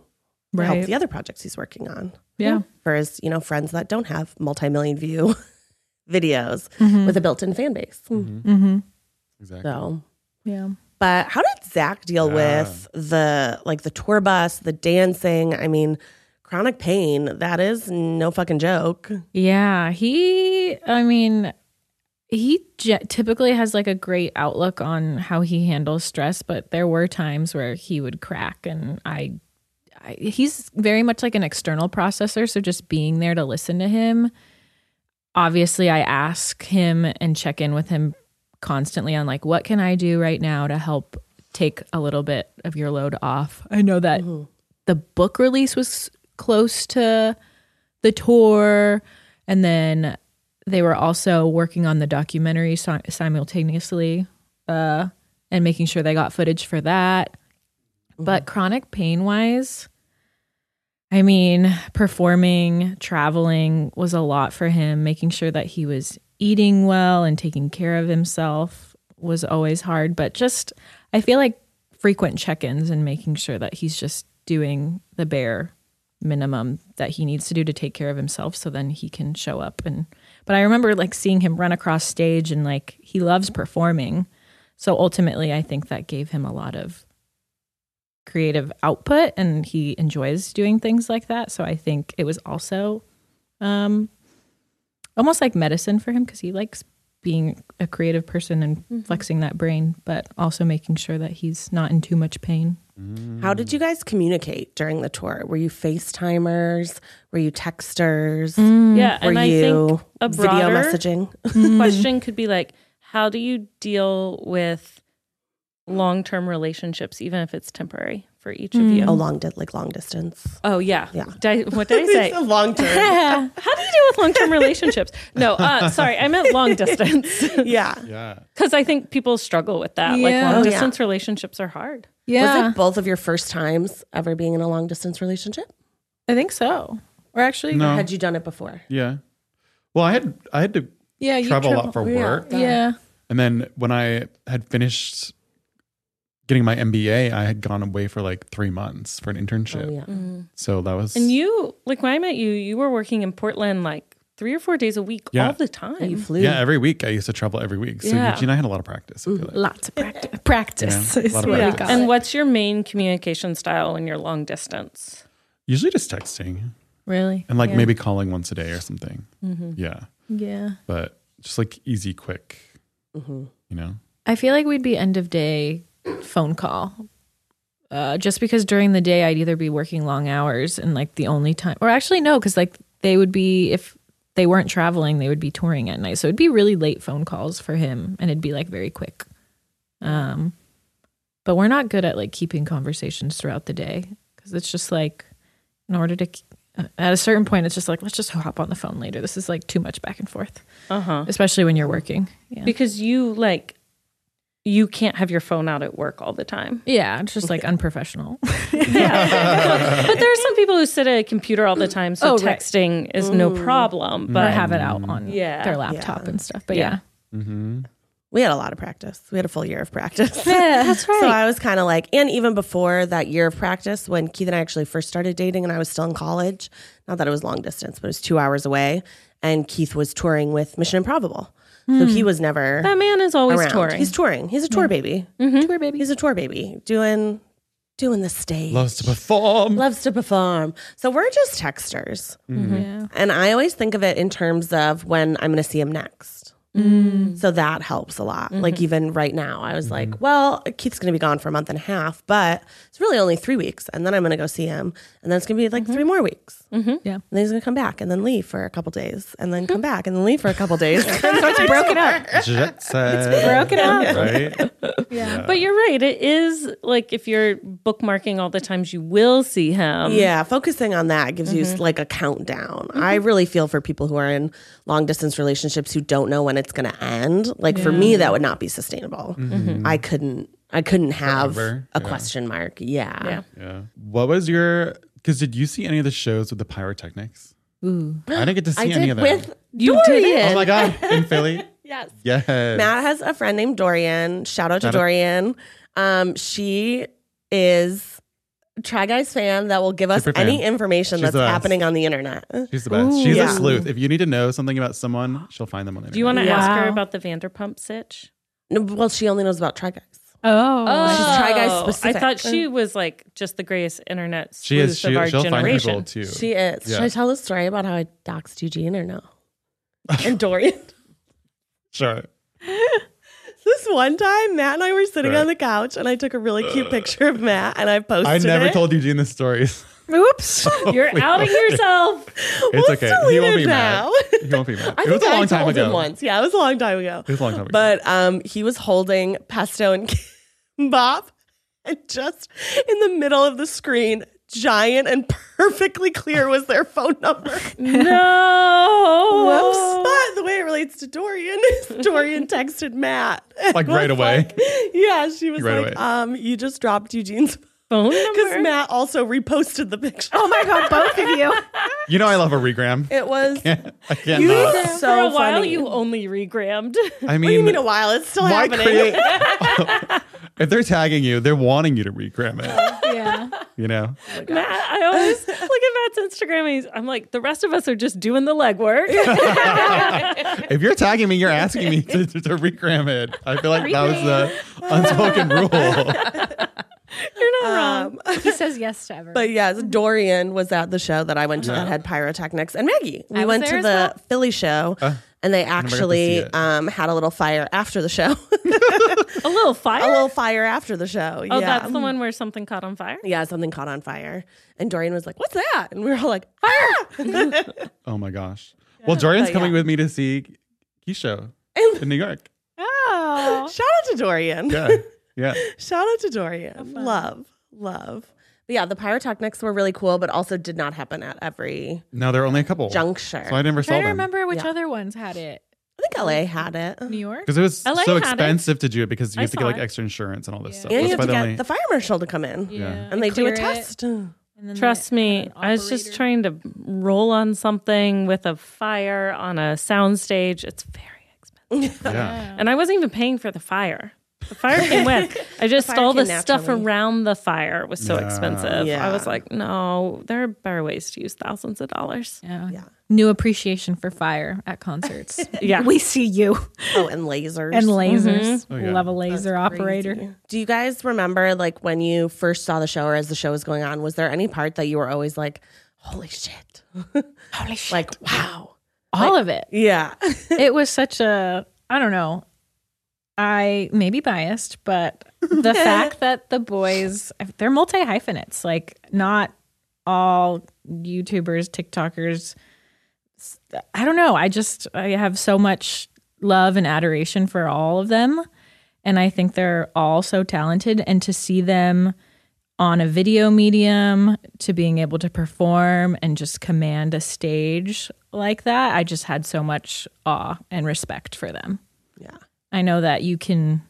Speaker 4: help
Speaker 3: Right.
Speaker 4: the other projects he's working on?
Speaker 3: Yeah.
Speaker 4: For his, you know, friends that don't have multi-million view *laughs* videos with a built-in fan base.
Speaker 3: Mm-hmm.
Speaker 2: Exactly.
Speaker 4: So
Speaker 3: Yeah.
Speaker 4: but how did Zach deal with the like the tour bus, the dancing? I mean, chronic pain, that is no fucking joke.
Speaker 3: Yeah, he, I mean, he ge- typically has like a great outlook on how he handles stress, but there were times where he would crack and I, I he's very much like an external processor, so just being there to listen to him. Obviously, I ask him and check in with him constantly on like what can I do right now to help take a little bit of your load off. I know that the book release was close to the tour and then they were also working on the documentary si- simultaneously uh, and making sure they got footage for that but chronic pain wise i mean performing traveling was a lot for him making sure that he was eating well and taking care of himself was always hard but just i feel like frequent check-ins and making sure that he's just doing the bare minimum that he needs to do to take care of himself so then he can show up and But I remember like seeing him run across stage and like he loves performing. So ultimately, I think that gave him a lot of creative output and he enjoys doing things like that. So I think it was also um, almost like medicine for him because he likes being a creative person and flexing that brain, but also making sure that he's not in too much pain.
Speaker 4: How
Speaker 2: Mm,
Speaker 5: Mm.
Speaker 4: did you guys communicate during the tour? Were you FaceTimers? Were you texters?
Speaker 5: Yeah,
Speaker 4: Were
Speaker 5: Mm, and I
Speaker 4: you
Speaker 5: think a
Speaker 4: video
Speaker 5: broader
Speaker 4: messaging?
Speaker 3: *laughs*
Speaker 5: Mm.
Speaker 3: Mm-hmm.
Speaker 5: *laughs* question could be like, how do you deal with long-term relationships, even if it's temporary for each of you?
Speaker 4: Oh, long, di- like long distance.
Speaker 5: Oh yeah.
Speaker 4: Yeah.
Speaker 5: Did I-
Speaker 4: *laughs*
Speaker 5: what did I say?
Speaker 4: a long
Speaker 5: *laughs*
Speaker 4: term.
Speaker 5: How do you deal with long-term relationships? No, uh, sorry, I meant long distance
Speaker 4: *laughs* yeah.
Speaker 2: Yeah.
Speaker 5: because I think people struggle with that. Like
Speaker 3: Yeah.
Speaker 5: long
Speaker 4: Oh, yeah.
Speaker 5: distance relationships are hard.
Speaker 4: Was it both of your first times ever being in a long distance relationship?
Speaker 3: I think so. Or actually,
Speaker 4: Or
Speaker 2: No.
Speaker 4: had you done it before?
Speaker 2: Yeah. Well, I had I had to
Speaker 3: yeah, you
Speaker 2: travel a lot for
Speaker 4: yeah.
Speaker 2: work.
Speaker 3: Yeah.
Speaker 2: And then when I had finished getting my MBA, I had gone away for like three months for an internship.
Speaker 4: Oh, yeah.
Speaker 5: Mm.
Speaker 2: So that was
Speaker 5: And you, like when I met you, you were working in Portland like three or four days a week
Speaker 2: Yeah.
Speaker 5: all the time.
Speaker 4: Oh, You flew.
Speaker 2: yeah, every week I used to travel every week. So
Speaker 5: Yeah.
Speaker 2: Eugene and I had a lot of practice. I feel like.
Speaker 3: Lots of practice. Practice
Speaker 2: Yeah, a
Speaker 3: is
Speaker 2: lot
Speaker 3: what
Speaker 2: of
Speaker 3: we
Speaker 2: practice.
Speaker 3: got.
Speaker 5: And what's your main communication style when you're long distance?
Speaker 2: Usually just texting
Speaker 3: really?
Speaker 2: and like
Speaker 3: Yeah.
Speaker 2: maybe calling once a day or something. Yeah.
Speaker 3: Yeah.
Speaker 2: But just like easy, quick,
Speaker 4: Mm-hmm.
Speaker 2: you know?
Speaker 3: I feel like we'd be end of day phone call. Uh, just because during the day I'd either be working long hours and like the only time, or actually no, because like they would be if they weren't traveling, they would be touring at night, so it'd be really late phone calls for him, and it'd be like very quick. Um, but we're not good at like keeping conversations throughout the day because it's just like in order to uh, at a certain point it's just like let's just hop on the phone later. This is like too much back and forth,
Speaker 5: Uh huh.
Speaker 3: especially when you're working. Yeah.
Speaker 5: Because you like, you can't have your phone out at work all the
Speaker 4: *laughs*
Speaker 5: time.
Speaker 3: Yeah, it's just like unprofessional.
Speaker 5: Yeah. *laughs* but there are some people who sit at a computer all the time, so
Speaker 3: Oh, right.
Speaker 5: texting is no
Speaker 4: Mm.
Speaker 5: problem.
Speaker 3: or
Speaker 5: But
Speaker 3: have it out on
Speaker 5: Yeah.
Speaker 3: their laptop
Speaker 4: Yeah.
Speaker 3: and stuff. But
Speaker 5: Yeah.
Speaker 3: yeah.
Speaker 2: Mm-hmm.
Speaker 4: We had a lot of practice. We had a full year of
Speaker 5: *laughs*
Speaker 4: practice.
Speaker 3: that's
Speaker 4: *laughs* So I was kind of like, and even before that year of practice, when Keith and I actually first started dating and I was still in college, not that it was long distance, but it was two hours away. And Keith was touring with Mission Improbable. So he was never
Speaker 5: that man is Hmm. always
Speaker 4: around.
Speaker 5: touring. Mm-hmm.
Speaker 4: He's touring. He's a tour baby.
Speaker 3: Tour baby.
Speaker 4: He's a tour baby doing doing the stage.
Speaker 2: Loves to perform.
Speaker 4: Loves to perform. So we're just texters.
Speaker 3: Mm-hmm. Yeah.
Speaker 4: Mm-hmm. And I always think of it in terms of when I'm going to see him next.
Speaker 3: Mm.
Speaker 4: So that helps a lot. Like even right now, I was
Speaker 3: Mm-hmm.
Speaker 4: like, well, Keith's going to be gone for a month and a half, but it's really only three weeks. And then I'm going to go see him. And then it's going to be like three more weeks.
Speaker 3: Yeah.
Speaker 4: And then he's going to come back and then leave for a couple days and then *laughs* come back and then leave for a couple *laughs* days. and so *laughs*
Speaker 5: *laughs*
Speaker 4: it's broken up.
Speaker 2: Jet set. Broken up. Right?
Speaker 5: But you're right. It is like if you're bookmarking all the times you will see him.
Speaker 4: Yeah, focusing on that gives you
Speaker 2: Mm-hmm.
Speaker 4: like a countdown. I really feel for people who are in long distance relationships who don't know when it's going to end. Like for me, that would not be sustainable. I couldn't. I couldn't have
Speaker 2: Mm-hmm. Forever,
Speaker 4: a
Speaker 2: yeah.
Speaker 4: question mark. Yeah.
Speaker 5: Yeah.
Speaker 2: Yeah. What was your? Because did you see any of the shows with the pyrotechnics? Ooh, I didn't get to see
Speaker 4: I
Speaker 2: any
Speaker 4: did
Speaker 2: of that.
Speaker 4: with
Speaker 5: You did
Speaker 2: oh
Speaker 5: it.
Speaker 2: my god, in
Speaker 4: *laughs*
Speaker 2: Philly. yes. Yes.
Speaker 4: Matt has a friend named Dorian. Shout out to
Speaker 2: Shout out.
Speaker 4: Dorian. Um, she is a Try Guys fan that will give us
Speaker 2: Super fan.
Speaker 4: any information
Speaker 2: She's
Speaker 4: that's
Speaker 2: the best.
Speaker 4: happening on the internet.
Speaker 2: She's the best. She's
Speaker 4: Yeah.
Speaker 2: a sleuth. If you need to know something about someone, she'll find them on the
Speaker 5: Do you want
Speaker 2: internet.
Speaker 5: to ask her
Speaker 3: Wow.
Speaker 5: about the Vanderpump sitch?
Speaker 4: No, well, she only knows about Try Guys.
Speaker 3: Oh.
Speaker 4: She's Try Guys
Speaker 5: I
Speaker 4: specific.
Speaker 5: thought she was like just the greatest internet sleuth
Speaker 2: She is. She,
Speaker 5: of our
Speaker 2: she'll find people
Speaker 5: generation.
Speaker 2: too.
Speaker 4: She is.
Speaker 2: Yeah.
Speaker 4: Should I tell the story about how I doxed Eugene or no? and Dorian.
Speaker 2: sure.
Speaker 4: This one time, Matt and I were sitting
Speaker 2: Right.
Speaker 4: on the couch, and I took a really cute picture of Matt, and I posted.
Speaker 2: I never
Speaker 4: it.
Speaker 2: told Eugene this story. *laughs* It's
Speaker 3: Oops.
Speaker 2: *laughs*
Speaker 5: You're outing yourself.
Speaker 4: Well,
Speaker 2: okay.
Speaker 4: it's
Speaker 2: He won't be
Speaker 4: deleted
Speaker 2: mad.
Speaker 4: now.
Speaker 2: He won't be mad.
Speaker 4: *laughs* I
Speaker 2: it was
Speaker 4: think
Speaker 2: a
Speaker 4: I
Speaker 2: long time
Speaker 4: told him
Speaker 2: ago.
Speaker 4: Once, yeah, it was a long time ago.
Speaker 2: It was a long time ago.
Speaker 4: But um, he was holding pesto and *laughs* bop, and just in the middle of the screen, giant and *laughs* perfectly clear was their phone number.
Speaker 5: No.
Speaker 4: Whoops. *laughs* But the way it relates to Dorian is
Speaker 5: *laughs*
Speaker 4: Dorian texted Matt.
Speaker 2: Like, right
Speaker 4: Was
Speaker 2: away?
Speaker 4: like- yeah, she was
Speaker 2: Right away.
Speaker 4: like, um, you just dropped Eugene's *laughs*
Speaker 5: Phone
Speaker 4: because
Speaker 5: number.
Speaker 4: Matt also reposted the picture.
Speaker 3: oh my god, both of you.
Speaker 2: you know, I love a regram.
Speaker 4: *laughs* It was
Speaker 2: *laughs* I can't.
Speaker 4: you
Speaker 2: not.
Speaker 4: so
Speaker 5: For a while,
Speaker 4: funny.
Speaker 5: you only regrammed.
Speaker 2: I mean,
Speaker 4: what do you mean a while? It's still
Speaker 2: why
Speaker 4: happening.
Speaker 2: *laughs*
Speaker 4: *laughs*
Speaker 2: create? if they're tagging you, they're wanting you to regram it.
Speaker 3: Yeah.
Speaker 2: you know?
Speaker 5: Matt, I always look at Matt's Instagram and he's, I'm like, the rest of us are just doing
Speaker 4: *laughs*
Speaker 5: the legwork.
Speaker 2: If you're tagging me, you're asking me to, to, to regram it. I feel like that was the unspoken rule.
Speaker 5: You're not wrong.
Speaker 3: *laughs* He says yes to everyone.
Speaker 4: But yes, Dorian was at the show that I went
Speaker 2: Uh-huh.
Speaker 4: to that had pyrotechnics, and Maggie. We
Speaker 3: was
Speaker 4: went
Speaker 3: there
Speaker 4: to
Speaker 3: as
Speaker 4: the
Speaker 3: well.
Speaker 4: Philly show,
Speaker 2: Uh,
Speaker 4: and they actually
Speaker 2: it.
Speaker 4: um, had a little fire after the show. *laughs*
Speaker 5: A little fire.
Speaker 4: a little fire after the show.
Speaker 5: oh,
Speaker 4: yeah.
Speaker 5: that's the one where something caught on fire.
Speaker 4: yeah, something caught on fire, and Dorian was like, "What's that?" And we were all like, "Fire!" *laughs*
Speaker 2: Oh my gosh. Well, Dorian's
Speaker 4: But
Speaker 2: coming
Speaker 4: yeah.
Speaker 2: with me to see Keisha in New York.
Speaker 3: oh.
Speaker 4: Shout out to Dorian.
Speaker 2: Yeah. Yeah.
Speaker 4: *laughs* Shout out to Dorian. Love, love. But yeah, the pyrotechnics were really cool, but also did not happen at every
Speaker 2: No, there are only a couple.
Speaker 4: juncture.
Speaker 2: So I never saw
Speaker 3: trying to
Speaker 2: them.
Speaker 3: remember which
Speaker 4: Yeah.
Speaker 3: other ones had it.
Speaker 4: I think LA had it.
Speaker 3: New York?
Speaker 2: Because it was
Speaker 5: LA
Speaker 2: so
Speaker 5: had it.
Speaker 2: expensive to do it because you
Speaker 5: I
Speaker 2: have to get
Speaker 5: saw
Speaker 2: like
Speaker 5: it.
Speaker 2: extra insurance and all this stuff.
Speaker 4: And you
Speaker 2: That's
Speaker 4: have
Speaker 2: why
Speaker 4: to
Speaker 2: they
Speaker 4: get
Speaker 2: only-
Speaker 4: the fire marshal to come in,
Speaker 2: Yeah.
Speaker 4: and they do a
Speaker 3: Clear it.
Speaker 4: test. Oh,
Speaker 3: And then
Speaker 5: Trust
Speaker 3: they-
Speaker 5: me,
Speaker 3: an
Speaker 5: I was just
Speaker 3: operator.
Speaker 5: trying to roll on something with a fire on a soundstage. It's very expensive.
Speaker 2: yeah.
Speaker 5: And I wasn't even paying for the fire. The fire
Speaker 4: *laughs*
Speaker 5: came with. I just
Speaker 4: fire
Speaker 5: all the
Speaker 4: came
Speaker 5: stuff
Speaker 4: naturally.
Speaker 5: around the fire was so
Speaker 2: Yeah.
Speaker 5: expensive.
Speaker 4: Yeah.
Speaker 5: I was like, no, there are better ways to use thousands of dollars.
Speaker 3: Yeah. New appreciation for fire at concerts.
Speaker 5: Yeah.
Speaker 3: we see you.
Speaker 4: Oh, and lasers.
Speaker 3: And lasers.
Speaker 2: yeah.
Speaker 3: Love a laser operator.
Speaker 4: do you guys remember like when you first saw the show or as the show was going on? Was there any part that you were always like, "Holy shit, holy shit!" *laughs* like, wow,
Speaker 3: All of it.
Speaker 4: yeah, *laughs*
Speaker 3: it was such a I don't know. I may be biased, but the fact that the boys they're multi hyphenates, like not all YouTubers, TikTokers. I don't know. I just I have so much love and adoration for all of them, and I think they're all so talented. And to see them on a video medium to being able to perform and just command a stage like that, I just had so much awe and respect for them.
Speaker 4: yeah.
Speaker 3: I know that you can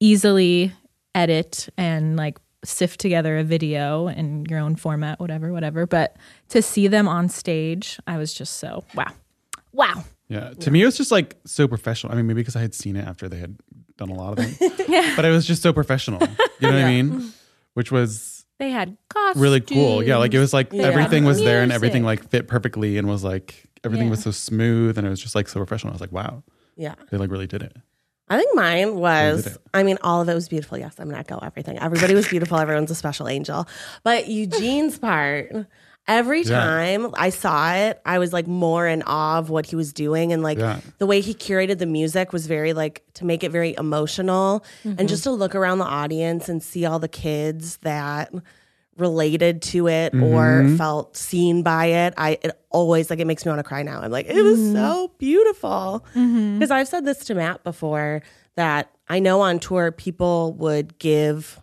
Speaker 3: easily edit and like sift together a video in your own format, whatever, whatever. But to see them on stage, I was just so wow, wow.
Speaker 2: Yeah. To me, it was just like so professional. I mean, maybe because I had seen it after they had done a lot of them, but it was just so professional. You know what I mean? Which was
Speaker 3: They had costumes.
Speaker 2: really cool. Yeah. Like it was like
Speaker 4: Yeah.
Speaker 2: everything was there and everything
Speaker 3: Music.
Speaker 2: like fit perfectly and was like everything
Speaker 3: Yeah.
Speaker 2: was so smooth and it was just like so professional. I was like, wow,
Speaker 4: Yeah.
Speaker 2: they like really did it.
Speaker 4: I think mine
Speaker 2: did
Speaker 4: was,
Speaker 2: it.
Speaker 4: I mean, all of it was beautiful. Yes, I'm going to echo everything. Everybody was beautiful. Everyone's a special angel. But Eugene's part, every
Speaker 2: Yeah.
Speaker 4: time I saw it, I was like more in awe of what he was doing. And like
Speaker 2: Yeah.
Speaker 4: the way he curated the music was very like to make it very emotional and just to look around the audience and see all the kids that related to it
Speaker 2: Mm-hmm.
Speaker 4: or felt seen by it. I it always like it makes me want to cry now. I'm like, it was
Speaker 2: Mm-hmm.
Speaker 4: so beautiful. Because Mm-hmm. I've said this to Matt before that I know on tour people would give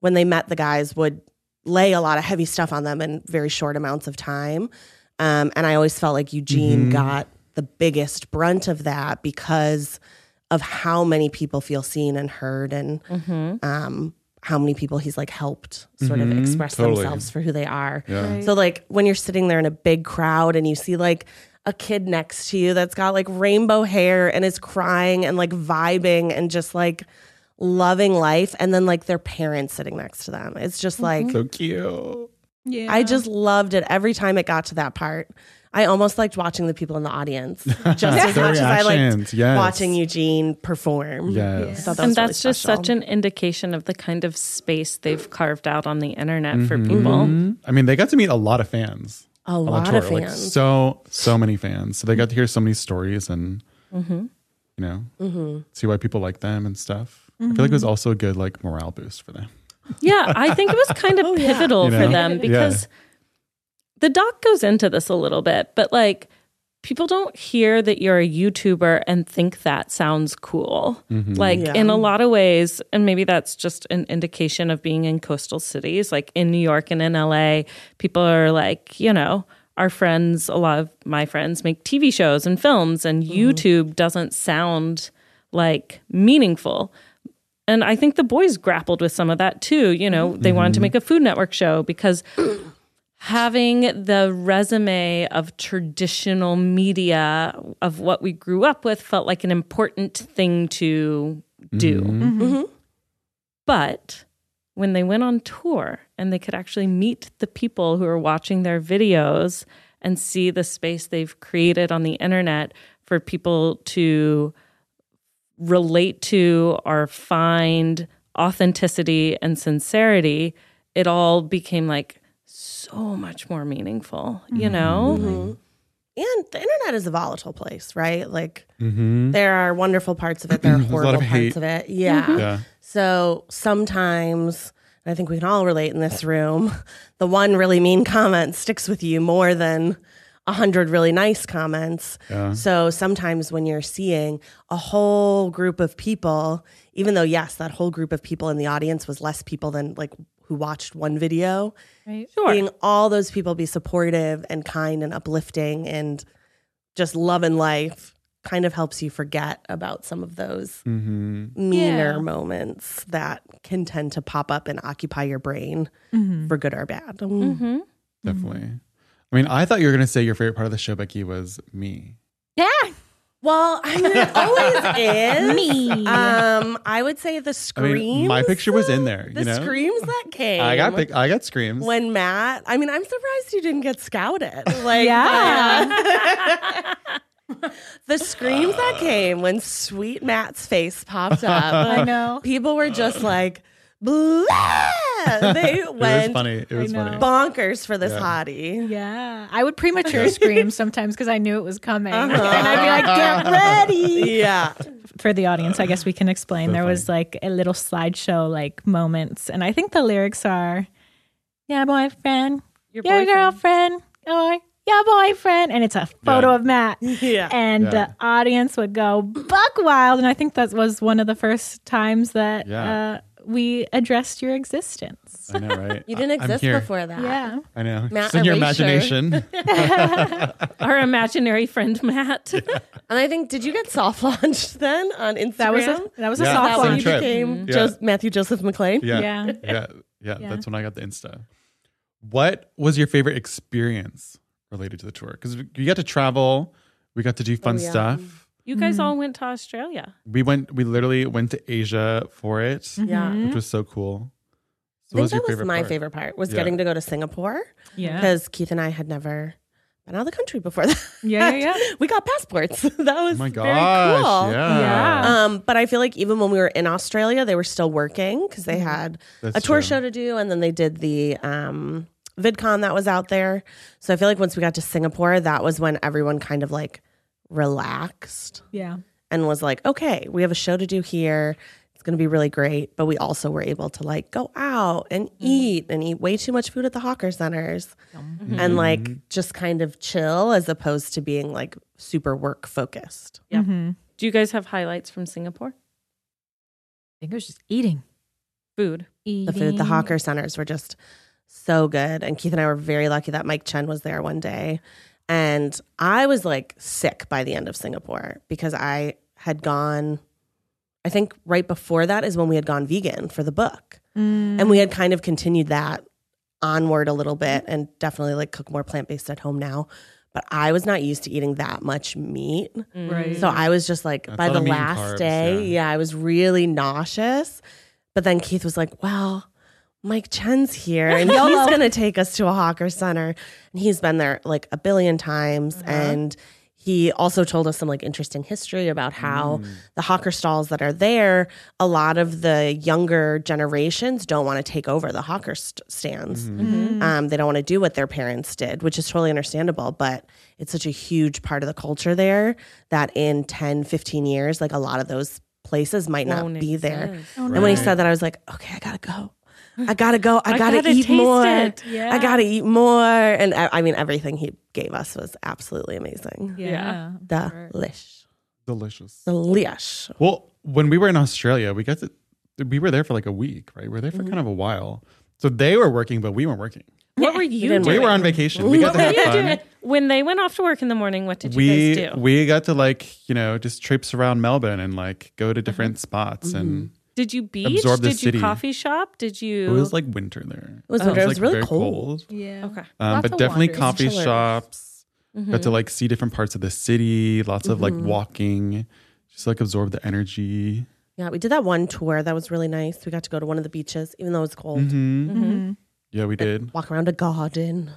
Speaker 4: when they met the guys would lay a lot of heavy stuff on them in very short amounts of time. Um, and I always felt like
Speaker 2: Mm-hmm.
Speaker 4: Eugene got the biggest brunt of that because of how many people feel seen and heard and
Speaker 5: Mm-hmm.
Speaker 2: Mm-hmm.
Speaker 4: um, how many people he's like helped sort of express
Speaker 2: Totally.
Speaker 4: themselves for who they are.
Speaker 2: Yeah.
Speaker 4: So like when you're sitting there in a big crowd and you see like a kid next to you that's got like rainbow hair and is crying and like vibing and just like loving life and then like their parents sitting next to them. It's just like
Speaker 5: Mm-hmm.
Speaker 2: So cute.
Speaker 3: Mm-hmm. Yeah,
Speaker 4: Mm-hmm. I just loved it every time it got to that part. I almost liked watching the people in the audience
Speaker 5: *laughs*
Speaker 4: just as
Speaker 2: Their
Speaker 4: much as I
Speaker 2: reactions,
Speaker 4: liked
Speaker 2: yes.
Speaker 4: watching Eugene perform.
Speaker 2: Yes.
Speaker 4: I thought that
Speaker 5: and
Speaker 4: was really
Speaker 5: that's just
Speaker 4: special.
Speaker 5: such an indication of the kind of space they've carved out on the internet for
Speaker 2: Mm-hmm.
Speaker 5: people.
Speaker 2: I mean, they got to meet a lot of fans.
Speaker 4: a
Speaker 2: on
Speaker 4: lot
Speaker 2: tour,
Speaker 4: of
Speaker 2: like,
Speaker 4: fans.
Speaker 2: so so many fans. So they got to hear so many stories and
Speaker 4: Mm-hmm.
Speaker 2: you know see why people like them and stuff. I feel like it
Speaker 4: Mm-hmm.
Speaker 2: was also a good like morale boost
Speaker 4: *laughs*
Speaker 2: for them.
Speaker 5: Yeah, I think it was kind
Speaker 4: Oh,
Speaker 5: of pivotal
Speaker 2: You
Speaker 5: for
Speaker 2: know? Yeah.
Speaker 5: them because the doc goes into this a little bit, but like people don't hear that you're a YouTuber and think that sounds cool. Like
Speaker 4: Yeah.
Speaker 5: in a lot of ways, and maybe that's just an indication of being in coastal cities, like in New York and in LA, people are like, you know, our friends, a lot of my friends make TV shows and films, and YouTube doesn't sound like meaningful and I think the boys grappled with some of that too. You know, they wanted to make a Food Network show because having the resume of traditional media of what we grew up with felt like an important thing to do. Mm-hmm. But when they went on tour and they could actually meet the people who are watching their videos and see the space they've created on the internet for people to relate to or find authenticity and sincerity, it all became like so much more meaningful, you
Speaker 4: Mm-hmm.
Speaker 5: know?
Speaker 4: And the internet is a volatile place, right? Like
Speaker 2: Mm-hmm.
Speaker 4: there are wonderful parts of
Speaker 2: *clears throat*
Speaker 4: it, there are
Speaker 2: There's a lot
Speaker 4: horrible
Speaker 2: of
Speaker 4: parts
Speaker 2: hate.
Speaker 4: of it. Yeah.
Speaker 2: Yeah.
Speaker 4: So sometimes, and I think we can all relate in this room, *laughs* the one really mean comment sticks with you more than a hundred really nice comments.
Speaker 2: Yeah.
Speaker 4: So sometimes when you're seeing a whole group of people, even though yes, that whole group of people in the audience was less people than like who watched one video,
Speaker 3: Right.
Speaker 4: seeing all those people be supportive and kind and uplifting and just love and life kind of helps you forget about some of those
Speaker 2: Mm-hmm.
Speaker 4: meaner
Speaker 6: Yeah.
Speaker 4: moments that can tend to pop up and occupy your brain
Speaker 3: Mhm.
Speaker 4: for good or bad. Mm.
Speaker 5: Mm-hmm.
Speaker 2: Definitely.
Speaker 4: Mm-hmm.
Speaker 2: I mean, I thought you were going to say your favorite part of the show, Becky, was me.
Speaker 4: Well, I mean, it *laughs* always is. Me. Um, I would say the
Speaker 2: I
Speaker 4: screams.
Speaker 2: mean, my picture was in there.
Speaker 4: The
Speaker 2: you know,
Speaker 4: screams that came.
Speaker 2: I got pic- I got screams.
Speaker 4: When Matt, I mean, I'm surprised you didn't get *laughs* scouted. Like, uh, the screams that came when sweet Matt's face
Speaker 2: *laughs*
Speaker 4: popped up. I know. People were just like, "Blah!"
Speaker 2: *laughs*
Speaker 4: they
Speaker 2: it was
Speaker 4: went
Speaker 2: funny. It was funny.
Speaker 4: bonkers for this
Speaker 2: Yeah.
Speaker 4: hottie.
Speaker 3: Yeah, I would premature scream sometimes because I knew it was coming,
Speaker 4: Uh-huh.
Speaker 3: and I'd be like,
Speaker 2: *laughs*
Speaker 3: "Get ready!"
Speaker 4: Yeah.
Speaker 3: For the audience, I guess we can explain. there was like a little slideshow, like moments, and I think the lyrics are, "Yeah, boyfriend, your, girlfriend, or your boyfriend," and it's a photo
Speaker 2: Yeah.
Speaker 3: of Matt.
Speaker 4: *laughs* Yeah.
Speaker 3: And
Speaker 2: Yeah.
Speaker 3: the audience would go buck wild, and I think that was one of the first times that
Speaker 2: Yeah.
Speaker 3: uh, we addressed your existence.
Speaker 2: I know, right?
Speaker 4: *laughs* You didn't
Speaker 2: I- I'm
Speaker 4: exist
Speaker 2: here.
Speaker 4: before that.
Speaker 3: Yeah,
Speaker 2: I know.
Speaker 4: Matt
Speaker 2: It's in your
Speaker 4: Erasure. *laughs*
Speaker 2: imagination.
Speaker 5: Our imaginary friend,
Speaker 4: *laughs*
Speaker 5: Matt.
Speaker 4: And I think, did you get soft launched *laughs* then on Instagram?
Speaker 3: that was a that was a
Speaker 2: Yeah,
Speaker 3: soft
Speaker 4: That when
Speaker 2: Same
Speaker 3: one.
Speaker 4: you
Speaker 2: trip. Mm-hmm.
Speaker 4: became
Speaker 2: Yeah.
Speaker 4: Jos- Matthew Joseph McLean?
Speaker 2: yeah. Yeah.
Speaker 3: yeah.
Speaker 4: *laughs*
Speaker 2: yeah. That's when I got the Insta. What was your favorite experience related to the tour? Because you got to travel, we got to do
Speaker 4: Oh,
Speaker 2: fun stuff.
Speaker 5: *laughs* You guys
Speaker 3: Mm-hmm.
Speaker 5: all went to Australia.
Speaker 2: We went, we literally went to Asia for it,
Speaker 3: Mm-hmm.
Speaker 4: Yeah.
Speaker 2: which was so cool. So
Speaker 4: Mm-hmm. I think that was my favorite part was
Speaker 2: Yeah.
Speaker 4: getting to go to Singapore
Speaker 3: Yeah.
Speaker 4: because Keith and I had never been out of the country before *laughs* that.
Speaker 3: Yeah, yeah, yeah.
Speaker 4: we got passports. *laughs* that was
Speaker 2: Oh my
Speaker 4: very
Speaker 2: gosh.
Speaker 4: cool.
Speaker 2: Yeah.
Speaker 3: Yeah.
Speaker 4: Um, but I feel like even when we were in Australia, they were still working because they had
Speaker 2: Mm-hmm. That's
Speaker 4: a tour
Speaker 2: true.
Speaker 4: show to do, and then they did the um, VidCon that was out there. So I feel like once we got to Singapore, that was when everyone kind of like relaxed
Speaker 3: yeah.
Speaker 4: and was like, okay, we have a show to do here. It's going to be really great. But we also were able to like go out and
Speaker 2: Mm-hmm.
Speaker 4: eat and eat way too much food at the Hawker Centers and
Speaker 2: Mm-hmm.
Speaker 4: like just kind of chill as opposed to being like super work focused.
Speaker 5: Do you guys have highlights from Singapore?
Speaker 3: I think it was just eating.
Speaker 5: Food.
Speaker 3: eating.
Speaker 4: The food at the Hawker Centers were just so good. And Keith and I were very lucky that Mike Chen was there one day. And I was like sick by the end of Singapore because I had gone, I think right before that is when we had gone vegan for the book.
Speaker 3: Mm,
Speaker 4: And we had kind of continued that onward a little bit and definitely like cook more plant based at home now. But I was not used to eating that much meat.
Speaker 3: Right.
Speaker 4: So I was just like,
Speaker 2: That's
Speaker 4: by
Speaker 2: a lot
Speaker 4: the
Speaker 2: of meat and
Speaker 4: last
Speaker 2: carbs,
Speaker 4: day,
Speaker 2: yeah.
Speaker 4: yeah. I was really nauseous. But then Keith was like, well, Mike Chen's here and he's going to take us to a hawker center. And he's been there like a billion times. And he also told us some like interesting history about how
Speaker 2: Mm.
Speaker 4: the hawker stalls that are there, a lot of the younger generations don't want to take over the hawker st- stands.
Speaker 5: Mm-hmm.
Speaker 3: Mm-hmm.
Speaker 4: Um, they don't want to do what their parents did, which is totally understandable, but it's such a huge part of the culture there that in 10, 15 years, like a lot of those places might not
Speaker 5: Won't
Speaker 4: be there.
Speaker 5: exist.
Speaker 4: And when he said that, I was like, okay, I gotta go. I gotta go. I
Speaker 5: Oh, *laughs* I
Speaker 4: gotta,
Speaker 5: gotta
Speaker 4: eat
Speaker 5: taste
Speaker 4: more.
Speaker 5: it.
Speaker 3: Yeah.
Speaker 4: I gotta eat more. And uh, I, I mean, everything he gave us was absolutely amazing.
Speaker 3: Yeah.
Speaker 4: Delish.
Speaker 2: Delicious.
Speaker 4: Delish.
Speaker 2: Well, when we were in Australia, we got to we were there for like a week, right? We were there
Speaker 4: Mm-hmm.
Speaker 2: for kind of a while. So they were working, but we weren't working.
Speaker 5: What were you doing?
Speaker 2: We were
Speaker 5: *laughs*
Speaker 2: on vacation. We
Speaker 4: *laughs*
Speaker 2: got to have
Speaker 5: You
Speaker 2: fun.
Speaker 5: did- When they went off to work in the morning, what did you
Speaker 2: we
Speaker 5: guys do?
Speaker 2: we got to like you know just trips around Melbourne and like go to
Speaker 4: Mm-hmm.
Speaker 2: different spots and
Speaker 5: did you beach?
Speaker 2: absorb the
Speaker 5: Did you
Speaker 2: city.
Speaker 5: coffee shop? Did
Speaker 2: it
Speaker 5: you?
Speaker 2: was like winter there.
Speaker 4: It was winter. It was
Speaker 2: like,
Speaker 4: really
Speaker 2: very
Speaker 4: cold.
Speaker 3: Yeah.
Speaker 5: okay.
Speaker 2: Um,
Speaker 3: Lots
Speaker 2: but
Speaker 3: of
Speaker 2: definitely
Speaker 3: wandering.
Speaker 2: coffee
Speaker 4: Chillers.
Speaker 2: shops. Got to
Speaker 4: Mm-hmm.
Speaker 2: like see different parts of the city. Lots of like walking, just like absorb the energy.
Speaker 4: Yeah, we did that one tour. That was really nice. We got to go to one of the beaches, even though it was cold.
Speaker 2: hmm
Speaker 3: Mm-hmm.
Speaker 4: Mm-hmm.
Speaker 2: Yeah, we did.
Speaker 4: Walk around a garden,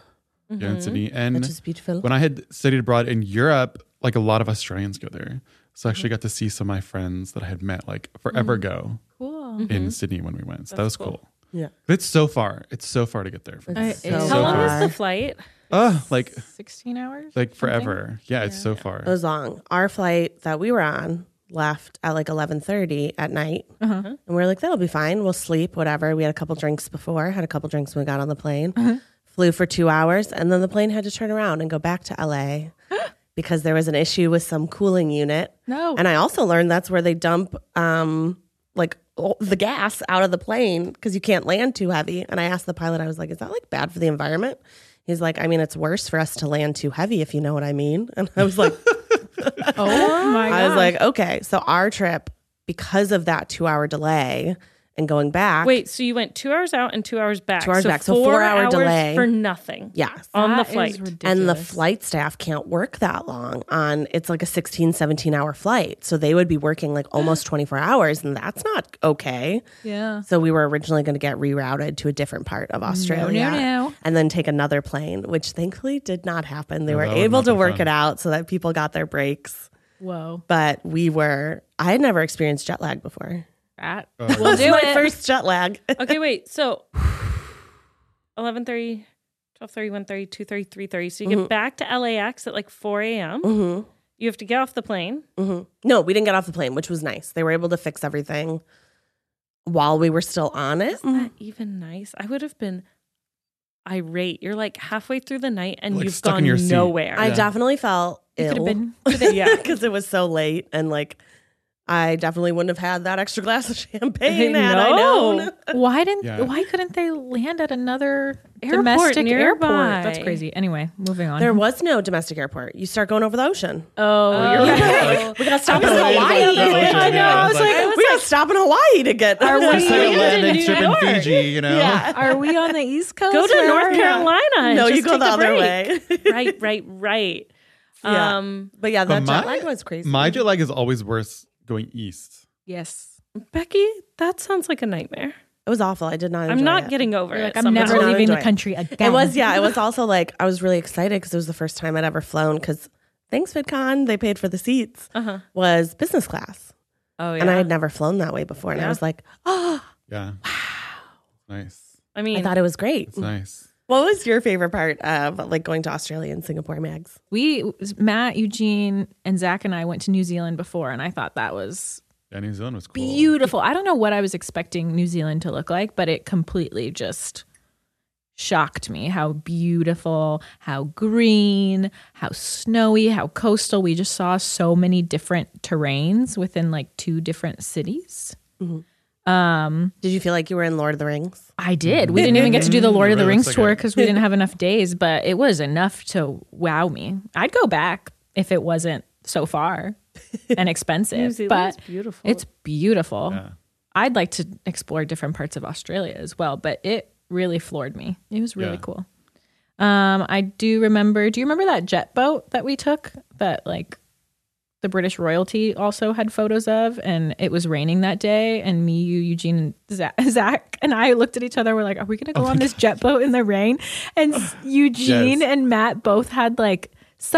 Speaker 2: Yeah, in Sydney. And
Speaker 4: Mm-hmm. which is beautiful.
Speaker 2: when I had studied abroad in Europe, like a lot of Australians go there. So I
Speaker 4: Mm-hmm.
Speaker 2: actually got to see some of my friends that I had met like forever ago
Speaker 3: Cool.
Speaker 4: Mm-hmm.
Speaker 2: in Sydney when we went. So that was cool.
Speaker 4: Yeah.
Speaker 2: But it's so far. It's so far to get there. From
Speaker 4: It's
Speaker 3: I- it's-
Speaker 5: How
Speaker 2: So
Speaker 5: long
Speaker 4: far.
Speaker 5: is the flight?
Speaker 2: uh, like
Speaker 3: 16 hours?
Speaker 2: like forever. Yeah, it's so far.
Speaker 4: It was long. Our flight that we were on left at like 11.30 at night. And we were like, that'll be fine. We'll sleep, whatever. We had a couple drinks before, had a couple drinks when we got on the plane. Flew for two hours. And then the plane had to turn around and go back to L.A. because there was an issue with some cooling unit.
Speaker 3: No.
Speaker 4: And I also learned that's where they dump um, like all- the gas out of the plane because you can't land too heavy. And I asked the pilot, I was like, is that like bad for the environment? He's like, I mean, it's worse for us to land too heavy, if you know what I mean. *laughs* And I was like, *laughs*
Speaker 3: oh my
Speaker 4: I was like, okay. So our trip, because of that two hour delay and going back,
Speaker 5: Wait, so you went two hours out and two hours back.
Speaker 4: Two hours back, so four-hour
Speaker 5: hours
Speaker 4: delay.
Speaker 5: for nothing.
Speaker 4: yes.
Speaker 5: on the
Speaker 3: That is
Speaker 5: flight.
Speaker 3: Oh, ridiculous.
Speaker 4: And the flight staff can't work that long on it's like a 16, 17 hour flight. So they would be working like
Speaker 3: *gasps*
Speaker 4: almost 24 hours, and that's not okay.
Speaker 3: Yeah. Mm,
Speaker 4: So we were originally going to get rerouted to a different part of Australia
Speaker 3: no.
Speaker 4: and then take another plane, which thankfully did not happen. They were
Speaker 2: that would
Speaker 4: able
Speaker 2: not
Speaker 4: to
Speaker 2: be
Speaker 4: work
Speaker 2: fun.
Speaker 4: it out so that people got their breaks.
Speaker 3: Whoa.
Speaker 4: But we were, I had never experienced jet lag before.
Speaker 3: That.
Speaker 2: Oh,
Speaker 4: We'll do my first jet lag.
Speaker 5: Okay, wait. So 11.30, 12.30, 1.30, 2.30, 3.30. So you
Speaker 4: Mm-hmm.
Speaker 5: get back to LAX at like 4 a.m. You have to get off the plane.
Speaker 4: mm-hmm. No, we didn't get off the plane, which was nice. They were able to fix everything while we were still on it.
Speaker 5: Is that even nice? I would have been irate. You're like halfway through the night and
Speaker 2: Like
Speaker 5: you've
Speaker 2: stuck in
Speaker 5: gone
Speaker 2: your seat.
Speaker 4: *laughs*
Speaker 5: nowhere.
Speaker 4: I definitely felt
Speaker 3: It could have
Speaker 4: ill. *laughs*
Speaker 3: been.
Speaker 5: yeah.
Speaker 4: because it was so late and like I definitely wouldn't have had that extra glass of *laughs* champagne
Speaker 5: I
Speaker 4: had I
Speaker 5: know.
Speaker 4: known.
Speaker 3: Why didn't?
Speaker 2: Yeah.
Speaker 3: Why couldn't they land at another
Speaker 5: Airport
Speaker 3: domestic
Speaker 5: nearby.
Speaker 3: airport? That's crazy. Anyway, moving on.
Speaker 4: There was no domestic airport. You start going over the ocean.
Speaker 3: oh, you're
Speaker 4: *laughs* we gotta stop in
Speaker 2: was like,
Speaker 4: Hawaii.
Speaker 2: over the ocean,
Speaker 4: I know.
Speaker 2: yeah,
Speaker 4: I was like, we gotta stop in Hawaii to get.
Speaker 3: Are we-
Speaker 2: It's like a
Speaker 3: Yeah.
Speaker 2: landing
Speaker 5: Yeah.
Speaker 2: trip in Fiji, you know?
Speaker 4: Yeah.
Speaker 3: *laughs* Are we on the
Speaker 4: *laughs*
Speaker 3: East Coast?
Speaker 5: Go to
Speaker 3: Where are
Speaker 5: North
Speaker 3: we?
Speaker 5: Carolina. and
Speaker 4: no, you
Speaker 5: just
Speaker 4: go
Speaker 5: take
Speaker 4: the
Speaker 5: a
Speaker 4: other
Speaker 5: break.
Speaker 4: way. *laughs*
Speaker 5: *laughs* right, right, right.
Speaker 4: Yeah.
Speaker 5: Um,
Speaker 4: But yeah, that
Speaker 2: But
Speaker 4: jet
Speaker 2: my-
Speaker 4: lag was crazy.
Speaker 2: My jet lag is always worse going east.
Speaker 3: Yes.
Speaker 5: Becky, that sounds like a nightmare.
Speaker 4: it was awful. I did not.
Speaker 5: I'm
Speaker 4: enjoy
Speaker 5: not
Speaker 4: it.
Speaker 5: getting over it.
Speaker 3: Like, I'm
Speaker 5: Some-
Speaker 3: never
Speaker 4: not
Speaker 3: leaving the
Speaker 4: enjoy it.
Speaker 3: country again.
Speaker 4: It was yeah. It was also like I was really excited because it was the first time I'd ever flown. Because thanks VidCon, they paid for the seats.
Speaker 5: Uh-huh.
Speaker 4: Was business class,
Speaker 5: Oh yeah.
Speaker 4: and I had never flown that way before. And I
Speaker 5: Yeah.
Speaker 4: was like, oh,
Speaker 2: Yeah. Nice.
Speaker 5: I
Speaker 4: I
Speaker 5: mean,
Speaker 4: thought it was great.
Speaker 2: It's nice.
Speaker 4: What was your favorite part of like going to Australia and Singapore, Mags?
Speaker 3: we Matt, Eugene, and Zach and I went to New Zealand before, and I thought that was
Speaker 2: Yeah, New Zealand was cool.
Speaker 3: beautiful. I don't know what I was expecting New Zealand to look like, but it completely just shocked me how beautiful, how green, how snowy, how coastal. We just saw so many different terrains within like two different cities. Um,
Speaker 4: Did you feel like you were in Lord of the Rings?
Speaker 3: I did. We didn't even get to do the Lord of the
Speaker 2: Really
Speaker 3: Rings
Speaker 2: looks like
Speaker 3: tour
Speaker 2: it.
Speaker 3: because we didn't have enough days, but it was enough to wow me. I'd go back if it wasn't so far and
Speaker 5: New
Speaker 3: expensive.
Speaker 5: Zealand's
Speaker 3: but
Speaker 5: beautiful.
Speaker 3: it's beautiful. I'd like to explore different parts of Australia as well, but it really floored me. It was really
Speaker 2: Yeah.
Speaker 3: cool. Um, I do remember. Do you remember that jet boat that we took that like the British royalty also had photos of? And it was raining that day, and me, you, Eugene, and Za- *laughs* Zach, and I looked at each other. We're like, "Are we going to
Speaker 4: Oh
Speaker 3: go on
Speaker 4: *laughs*
Speaker 3: this jet boat in the rain?" And s- Eugene
Speaker 2: Yes.
Speaker 3: and Matt both had like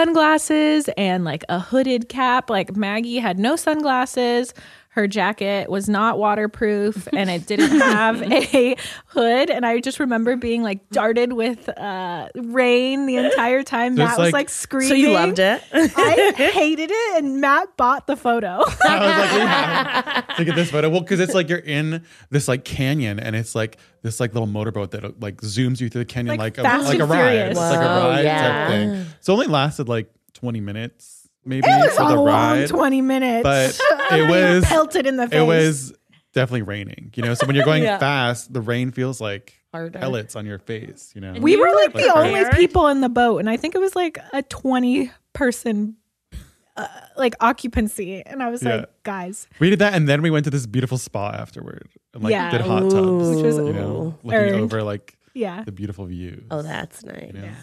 Speaker 3: sunglasses and like a hooded cap. Like Maggie had no sunglasses. Her jacket was not
Speaker 4: *laughs*
Speaker 3: waterproof and it didn't have a hood. And I just remember being like darted with uh, rain
Speaker 4: *laughs*
Speaker 3: the entire time.
Speaker 2: There's,
Speaker 3: Matt was
Speaker 2: like-
Speaker 3: like screaming.
Speaker 4: So you loved *laughs* it.
Speaker 2: *laughs*
Speaker 3: I hated it. And Matt bought the photo.
Speaker 2: I was like, we have to get this photo. Well, because it's like you're in this like canyon, and it's like this like little motorboat that like zooms you through the canyon
Speaker 3: Like
Speaker 2: like a,
Speaker 3: Fast
Speaker 2: like
Speaker 3: and
Speaker 2: a ride.
Speaker 3: Furious.
Speaker 2: It's like a
Speaker 4: Whoa,
Speaker 2: ride
Speaker 4: yeah.
Speaker 2: type thing. So it only lasted like 20 minutes, maybe
Speaker 3: it was
Speaker 2: for
Speaker 3: a
Speaker 2: the
Speaker 3: long
Speaker 2: ride.
Speaker 3: 20 minutes. *laughs*
Speaker 2: But
Speaker 3: I
Speaker 2: it
Speaker 3: got
Speaker 2: was
Speaker 3: pelted in the face.
Speaker 2: it was definitely raining. You know, so when you're
Speaker 3: *laughs*
Speaker 2: going fast, the rain feels like pellets on your face. You know,
Speaker 3: We were like
Speaker 2: like
Speaker 3: the only
Speaker 5: prepared?
Speaker 3: people in the boat, and I think it was like a twenty person uh, like occupancy, and I was
Speaker 2: Yeah.
Speaker 3: like, guys,
Speaker 2: We did that, and then we went to this beautiful spa afterward, and like
Speaker 3: Yeah.
Speaker 2: did hot tubs,
Speaker 4: Ooh.
Speaker 3: Which was
Speaker 2: you know, looking
Speaker 3: earned.
Speaker 2: over like *laughs*
Speaker 3: yeah,
Speaker 2: the beautiful views.
Speaker 4: Oh, that's nice.
Speaker 2: Yeah.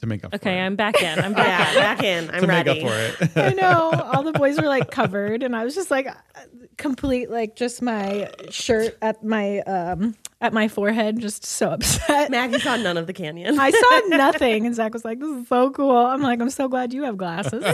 Speaker 2: to make up.
Speaker 5: Okay,
Speaker 2: for
Speaker 5: I'm
Speaker 4: *laughs*
Speaker 5: back in. I'm
Speaker 4: Yeah,
Speaker 5: back
Speaker 4: back in.
Speaker 2: it.
Speaker 4: I'm
Speaker 2: to
Speaker 4: ready.
Speaker 2: make up for it. *laughs*
Speaker 3: *laughs* I know. All the boys were like covered, and I was just like, uh, complete, like just my shirt at my um at my forehead, just so upset.
Speaker 4: Maggie saw none of the canyon.
Speaker 3: I saw nothing, and Zach was like, "This is so cool." I'm like, "I'm so glad you
Speaker 2: *laughs*
Speaker 3: have glasses."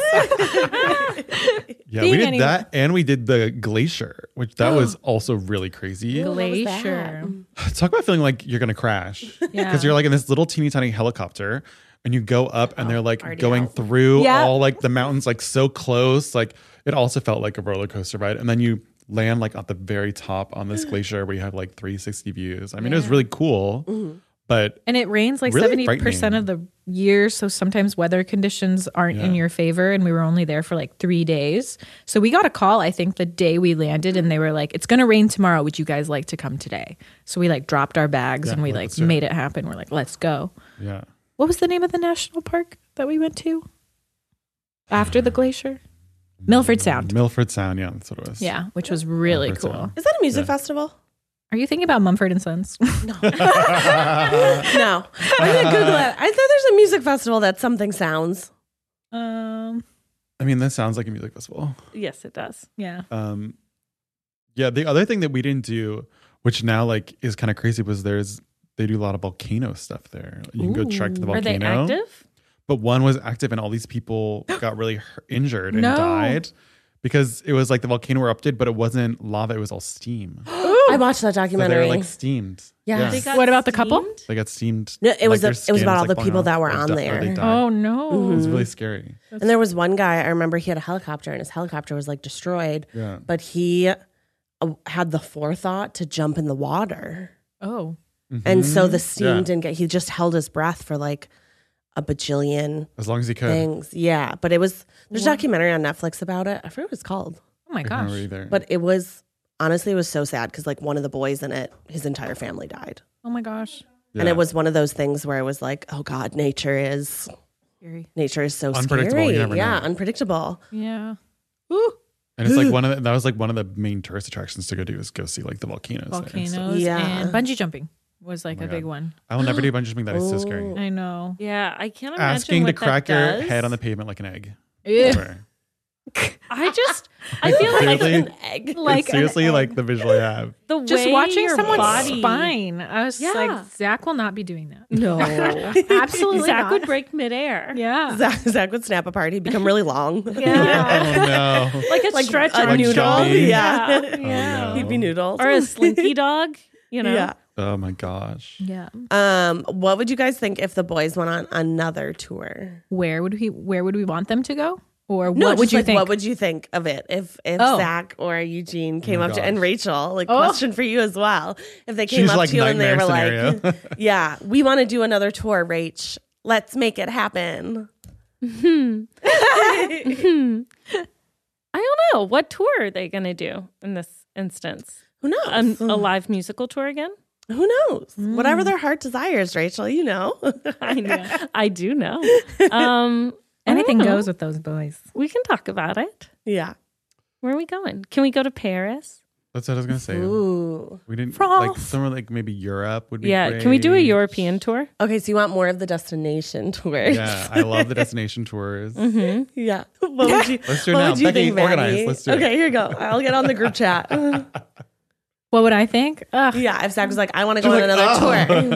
Speaker 2: Yeah,
Speaker 3: Being
Speaker 2: we did
Speaker 3: any- Oh.
Speaker 2: that, and we did the glacier, which that was also really crazy.
Speaker 3: Glacier.
Speaker 2: Talk about feeling like you're gonna
Speaker 3: *laughs*
Speaker 2: crash because
Speaker 3: Yeah.
Speaker 2: you're like in this little teeny tiny helicopter, and you go up,
Speaker 3: Oh,
Speaker 2: and they're like going through
Speaker 3: Yeah.
Speaker 2: all like the mountains, like so close. Like it also felt like a roller coaster ride, and then you land like at the very top on
Speaker 3: *gasps*
Speaker 2: this glacier where you have like 360 views. I mean, it was really cool,
Speaker 3: Mm-hmm.
Speaker 2: but
Speaker 3: And it rains like
Speaker 2: Really
Speaker 3: seventy percent of the year, so sometimes weather conditions aren't in your favor. And we were only there for like three days, so we got a call. I think the day we landed, and they were like, "It's going to rain tomorrow. Would you guys like to come today?" So we like dropped our bags and we like made it happen. We're like, "Let's go."
Speaker 2: yeah,
Speaker 3: What was the name of the national park that we went to after the glacier? Milford Sound.
Speaker 2: Milford Sound, yeah, that's what it *laughs* was.
Speaker 3: Yeah, *laughs* which was really
Speaker 2: Milford
Speaker 3: cool.
Speaker 2: Sound.
Speaker 4: Is that a music festival?
Speaker 3: Are you thinking about Mumford and Sons? *laughs*
Speaker 2: *laughs*
Speaker 4: *laughs* No. *laughs* I'm
Speaker 2: Uh,
Speaker 4: going to Google it. I thought there's a music festival that something sounds.
Speaker 3: um,
Speaker 2: I mean, that sounds like a music festival.
Speaker 5: in. Yes, it does.
Speaker 3: yeah.
Speaker 2: Um, yeah, the other thing that we didn't do, which now like is kind of crazy, was there's they do a lot of volcano stuff there. You can go trek to the
Speaker 5: Are
Speaker 2: volcano.
Speaker 5: they active?
Speaker 2: But one was active, and all these
Speaker 4: *gasps*
Speaker 2: people got really hurt, injured and
Speaker 3: No.
Speaker 2: died because it was like the volcano erupted, but it wasn't lava; it was all
Speaker 4: *gasps*
Speaker 2: steam. so
Speaker 4: I watched that
Speaker 2: they
Speaker 4: documentary.
Speaker 2: were like steamed.
Speaker 4: Yeah.
Speaker 5: They got
Speaker 3: What about the couple?
Speaker 5: steamed?
Speaker 2: They got steamed.
Speaker 4: No, it
Speaker 2: like,
Speaker 4: was
Speaker 2: their
Speaker 4: a- it was
Speaker 2: skin
Speaker 4: about all the
Speaker 2: like,
Speaker 4: people
Speaker 2: falling
Speaker 4: that
Speaker 2: off,
Speaker 4: were
Speaker 2: or
Speaker 4: on
Speaker 2: di- or
Speaker 4: there.
Speaker 2: they died.
Speaker 3: Oh no.
Speaker 2: It was really scary.
Speaker 4: and there was one guy, I remember he had a helicopter and his helicopter was like destroyed,
Speaker 2: Yeah.
Speaker 4: but he uh, had the forethought to jump in the water.
Speaker 3: Oh.
Speaker 4: And so the steam
Speaker 2: Mm-hmm. Yeah.
Speaker 4: didn't get, he just held his breath for like a bajillion
Speaker 2: As long as you could.
Speaker 3: Oh
Speaker 4: things. Yeah. But it was, there's a documentary on Netflix about it. I forget what it's called,
Speaker 3: Oh my
Speaker 2: I can't
Speaker 3: gosh.
Speaker 2: remember either.
Speaker 4: but it was, honestly, it was so sad because like one of the boys in it, his entire family died.
Speaker 3: Oh my gosh.
Speaker 4: And
Speaker 2: Yeah.
Speaker 4: it was one of those things where I was like, oh God, nature is nature is so
Speaker 2: Unpredictable,
Speaker 4: scary.
Speaker 2: you never
Speaker 4: yeah,
Speaker 2: know. *laughs*
Speaker 4: unpredictable.
Speaker 3: Yeah.
Speaker 2: And it's
Speaker 5: *gasps*
Speaker 2: like one of the, that was like one of the main tourist attractions to go do is go see like the volcanoes. there and stuff.
Speaker 3: Volcanoes
Speaker 4: Yeah.
Speaker 3: and bungee jumping was like a big one.
Speaker 2: I will
Speaker 5: *gasps*
Speaker 2: never do bungee jumping. That is so scary.
Speaker 3: I know.
Speaker 5: Yeah, I can't Oh. imagine
Speaker 2: Asking to
Speaker 5: what
Speaker 2: crack
Speaker 5: that
Speaker 2: your
Speaker 5: does.
Speaker 2: head on the pavement like an egg.
Speaker 3: Ew.
Speaker 2: Sure.
Speaker 5: I just, *laughs* I feel like
Speaker 2: Seriously,
Speaker 4: Egg.
Speaker 3: Like an
Speaker 2: seriously,
Speaker 3: egg.
Speaker 2: like the visual I
Speaker 5: *laughs*
Speaker 2: have.
Speaker 5: the
Speaker 3: just
Speaker 5: way
Speaker 3: watching
Speaker 5: your
Speaker 3: someone's
Speaker 5: body,
Speaker 3: spine. I was just
Speaker 5: Yeah.
Speaker 3: like, Zach will not be doing that.
Speaker 5: *laughs* No,
Speaker 3: Absolutely
Speaker 5: Zach
Speaker 3: not.
Speaker 5: would break midair.
Speaker 3: Yeah.
Speaker 4: Zach, Zach would snap apart. He'd become really long. *laughs*
Speaker 3: Yeah.
Speaker 2: Oh no.
Speaker 5: like a stretch
Speaker 4: a
Speaker 5: on
Speaker 2: noodle. Gumby.
Speaker 5: *laughs*
Speaker 4: Yeah.
Speaker 5: yeah.
Speaker 2: Oh,
Speaker 4: He'd be
Speaker 2: no.
Speaker 4: noodles.
Speaker 5: or a slinky dog. You know,
Speaker 4: Yeah.
Speaker 2: *laughs* Oh my gosh.
Speaker 3: yeah.
Speaker 4: Um, what would you guys think if the boys went on another tour?
Speaker 3: Where would we where would we want them to go? Or
Speaker 4: No,
Speaker 3: what would
Speaker 4: just,
Speaker 3: you
Speaker 4: like,
Speaker 3: think?
Speaker 4: What would you think of it if if
Speaker 3: Oh.
Speaker 4: Zach or Eugene came
Speaker 2: Oh my
Speaker 4: up to and
Speaker 2: gosh.
Speaker 4: Rachel? Like question for you as well. If they came
Speaker 2: She's
Speaker 4: up
Speaker 2: like
Speaker 4: to you and they
Speaker 2: nightmare
Speaker 4: were
Speaker 2: scenario.
Speaker 4: like, *laughs* "Yeah, we want to do another tour, Rach. Let's make it happen."
Speaker 5: I don't know what tour are they going to do in this instance.
Speaker 4: Who knows?
Speaker 5: An, a live musical tour again?
Speaker 4: Who knows? Whatever their heart desires, Rachel. You know. *laughs*
Speaker 5: I know. I do know. Um, I don't
Speaker 3: Anything
Speaker 5: know.
Speaker 3: goes with those boys.
Speaker 5: We can talk about it.
Speaker 4: yeah.
Speaker 5: Where are we going? Can we go to Paris?
Speaker 2: That's what I was gonna say.
Speaker 4: Ooh.
Speaker 2: We didn't like
Speaker 3: France.
Speaker 2: somewhere like maybe Europe would be.
Speaker 5: Yeah. Can we do a
Speaker 2: great.
Speaker 5: European tour?
Speaker 4: Okay, so you want more of the destination *laughs*
Speaker 2: *laughs*
Speaker 4: tours?
Speaker 2: Yeah, I love the destination tours.
Speaker 5: Mm-hmm.
Speaker 2: *laughs*
Speaker 4: Yeah. What would you,
Speaker 2: Let's do it
Speaker 4: what
Speaker 2: now.
Speaker 4: would you
Speaker 2: Becky,
Speaker 4: think,
Speaker 2: organize.
Speaker 4: Maddie?
Speaker 2: Let's do it.
Speaker 4: okay, here you go. I'll get on the
Speaker 2: *laughs*
Speaker 4: group chat.
Speaker 3: What would I think? Ugh.
Speaker 4: yeah, if Zach was like, I want to go on
Speaker 2: "Oh."
Speaker 4: another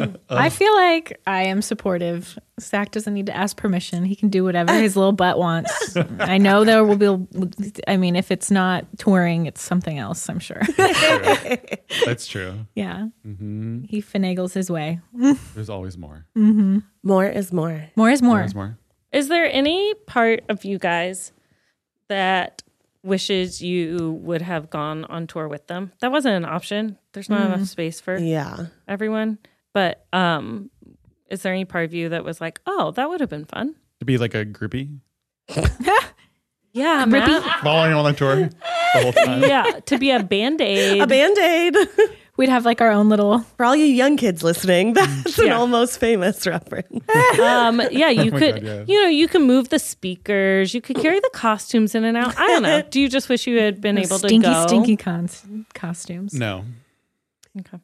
Speaker 4: tour.
Speaker 3: I feel like I am supportive. Zach doesn't need to ask permission. He can do whatever his little butt wants. I know there will be, I mean, if it's not touring, it's something else, I'm
Speaker 5: *laughs*
Speaker 3: sure.
Speaker 2: That's true.
Speaker 3: yeah. He finagles his way.
Speaker 2: There's always more.
Speaker 4: more is more.
Speaker 3: More is more.
Speaker 2: There's more.
Speaker 5: Is there any part of you guys that wishes you would have gone on tour with them? That wasn't an option. There's not enough space for
Speaker 2: *laughs*
Speaker 4: Mm. Yeah.
Speaker 5: everyone. But um, is there any part of you that was like, oh, that would have been fun?
Speaker 2: To be like a groupie,
Speaker 5: Yeah,
Speaker 4: *laughs*
Speaker 5: Matt.
Speaker 2: following on the tour the whole time.
Speaker 5: yeah, to be a band aid.
Speaker 4: A band aid.
Speaker 3: We'd have like our own little,
Speaker 4: *laughs* For all you young kids listening, *laughs* that's an
Speaker 5: Yeah.
Speaker 4: almost famous reference. *laughs*
Speaker 5: um, yeah,
Speaker 2: *laughs*
Speaker 5: you
Speaker 2: Oh my
Speaker 5: could,
Speaker 2: God, yeah.
Speaker 5: you know, you can move the speakers. You could carry the costumes in and out. I
Speaker 4: *laughs*
Speaker 5: don't know. Do you just wish you had been able to
Speaker 3: stinky,
Speaker 5: go?
Speaker 3: stinky cons- costumes.
Speaker 2: No,
Speaker 5: Okay.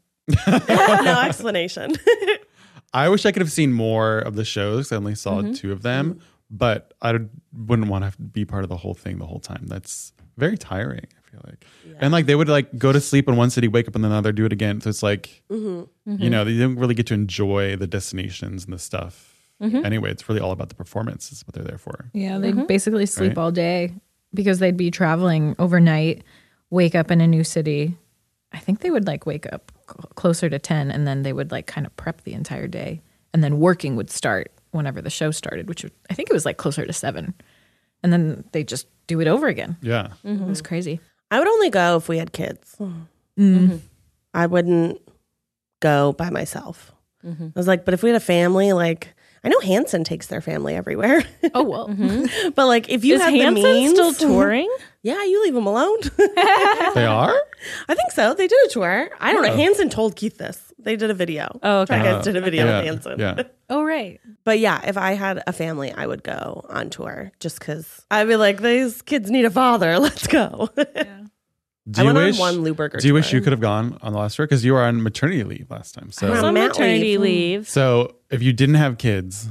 Speaker 4: no explanation. *laughs*
Speaker 2: I wish I could have seen more of the shows. 'cause I only saw
Speaker 4: Mm-hmm.
Speaker 2: two of them, but I d- wouldn't want to have to be part of the whole thing the whole time. That's very tiring. I feel like, and like they would like go to sleep in one city, wake up in another, do it again. So it's like,
Speaker 4: Mm-hmm.
Speaker 2: you know, they didn't really get to enjoy the destinations and the stuff.
Speaker 4: Mm-hmm.
Speaker 2: Anyway, it's really all about the performance. Is what they're there for.
Speaker 3: Yeah, they would basically sleep
Speaker 2: Right.
Speaker 3: all day because they'd be traveling overnight, wake up in a new city. I think they would like wake up cl- closer to 10 and then they would like kind of prep the entire day and then working would start whenever the show started, which would- I think it was like closer to 7. And then they just do it over again.
Speaker 2: Yeah,
Speaker 3: It was crazy.
Speaker 4: I would only go if we had kids. I wouldn't go by myself.
Speaker 5: Mm-hmm.
Speaker 4: I was like, but if we had a family, like I know Hanson takes their family everywhere, *laughs*
Speaker 3: Oh, well.
Speaker 4: but like if you
Speaker 5: Is
Speaker 4: have
Speaker 5: Hanson
Speaker 4: the means,
Speaker 5: still touring?
Speaker 4: *laughs* yeah, you leave them alone. *laughs*
Speaker 2: they are.
Speaker 4: I think so. They did a tour. I don't know. Hanson told Keith this. They did a video.
Speaker 5: Oh, okay.
Speaker 4: Try guys did a video
Speaker 2: yeah,
Speaker 4: with Hanson. *laughs*
Speaker 2: yeah.
Speaker 3: Oh, right.
Speaker 4: But yeah, if I had a family, I would go on tour just because I'd be like, these kids need a father. *laughs* Let's go.
Speaker 2: Do
Speaker 4: I
Speaker 2: you
Speaker 4: went
Speaker 2: wish?
Speaker 4: on one Lou Burger
Speaker 2: do you wish
Speaker 4: tour.
Speaker 2: you could have gone on the last tour because you were on maternity leave last time?
Speaker 4: I
Speaker 5: He's
Speaker 2: So,
Speaker 4: know.
Speaker 5: on
Speaker 4: Matt
Speaker 5: maternity
Speaker 4: leave.
Speaker 5: leave.
Speaker 2: so if you didn't have kids,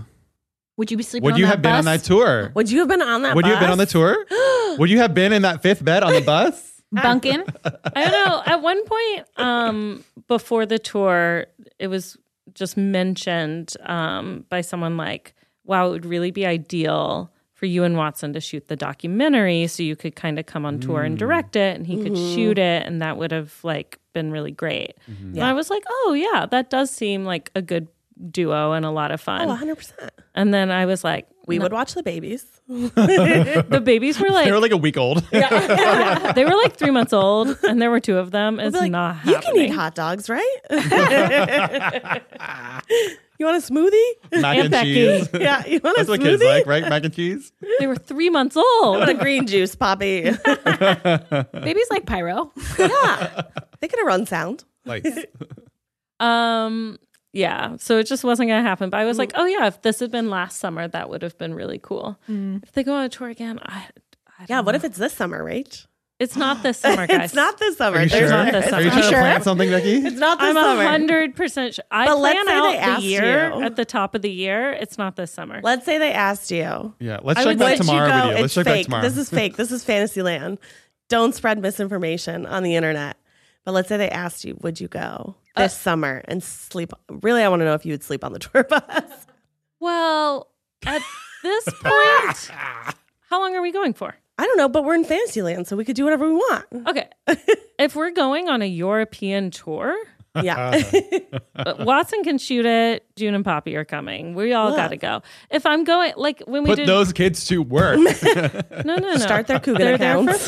Speaker 3: Would you be sleeping
Speaker 2: would
Speaker 3: on
Speaker 2: you
Speaker 3: that
Speaker 2: have been on that
Speaker 3: bus?
Speaker 2: tour?
Speaker 4: Would you have been on that?
Speaker 2: Would you have been on the
Speaker 4: bus?
Speaker 2: tour? Would you have been in that fifth bed on the bus?
Speaker 3: Bunkin'?
Speaker 5: I don't know. At one point, um, before the tour, it was just mentioned um, by someone like, "Wow, it would really be ideal for you and Watson to shoot the documentary, so you could kind of come on tour
Speaker 4: Mm.
Speaker 5: and direct it, and he could
Speaker 4: Mm-hmm.
Speaker 5: shoot it, and that would have like been really great." And I was like, "Oh yeah, that does seem like a good duo and a lot of fun."
Speaker 4: Oh, 100%.
Speaker 5: and then I was like,
Speaker 4: We would watch the babies.
Speaker 5: "The
Speaker 4: *laughs*
Speaker 5: babies were like."
Speaker 2: they were like a week old.
Speaker 5: yeah, *laughs* they were like three months old, and there were two of them. It's
Speaker 4: Be like,
Speaker 5: not
Speaker 4: you can
Speaker 5: happening.
Speaker 4: eat hot dogs, right? *laughs* you want a smoothie?
Speaker 2: *laughs*
Speaker 4: *laughs*
Speaker 2: Mac and
Speaker 5: Becky.
Speaker 2: cheese.
Speaker 4: Yeah, you want a
Speaker 2: That's what
Speaker 4: smoothie?
Speaker 2: kids like, right? Mac and cheese.
Speaker 5: They were three months
Speaker 4: *laughs*
Speaker 5: old.
Speaker 4: What a green juice, Poppy. *laughs* yeah,
Speaker 3: Babies like pyro.
Speaker 4: they could have run sound.
Speaker 2: Like
Speaker 5: Um, yeah. So it just wasn't gonna happen. But I was
Speaker 4: Mm.
Speaker 5: like, oh yeah, if this had been last summer, that would have been really cool.
Speaker 4: Mm.
Speaker 5: If they go on a tour again, I, I
Speaker 4: Yeah,
Speaker 5: don't
Speaker 4: what
Speaker 5: know.
Speaker 4: if it's this summer, Rach?
Speaker 5: it's
Speaker 4: *gasps*
Speaker 5: not this summer, guys?
Speaker 4: It's not this summer.
Speaker 2: are you
Speaker 4: There's
Speaker 2: sure?
Speaker 4: not
Speaker 5: this
Speaker 4: this
Speaker 2: Are you
Speaker 5: summer.
Speaker 2: trying to
Speaker 4: summer.
Speaker 2: plan something, Becky?
Speaker 4: It's not this
Speaker 5: I'm
Speaker 4: summer.
Speaker 5: a hundred percent sure. I
Speaker 4: But let's
Speaker 5: plan
Speaker 4: say they
Speaker 5: out
Speaker 4: asked
Speaker 5: the year
Speaker 4: you.
Speaker 5: at the top of the year. It's not this summer.
Speaker 4: Let's say they asked you.
Speaker 2: Yeah, let's
Speaker 4: I
Speaker 2: check
Speaker 4: would
Speaker 2: that
Speaker 4: let you
Speaker 2: tomorrow
Speaker 4: go.
Speaker 2: video. Let's
Speaker 4: It's
Speaker 2: check that
Speaker 4: fake.
Speaker 2: tomorrow.
Speaker 4: This is fake. This is fantasy land. Don't spread misinformation on the internet. But let's say they asked you, would you go this summer and sleep? Really, I want to know if you would sleep on the *laughs* tour bus.
Speaker 5: well, at
Speaker 4: *laughs*
Speaker 5: this point, how long are we going for?
Speaker 4: I don't know, but we're in Fantasyland, so we could do whatever we want. *laughs*
Speaker 5: Okay, if we're going on a European tour, *laughs*
Speaker 4: Yeah.
Speaker 5: uh, Watson can shoot it. June and Poppy are coming. We all
Speaker 4: Love.
Speaker 5: got to go. If I'm going, like when we
Speaker 2: Put
Speaker 5: did
Speaker 2: those kids to work.
Speaker 5: No, no, no.
Speaker 4: Start their Coogan
Speaker 5: They're there for
Speaker 4: accounts.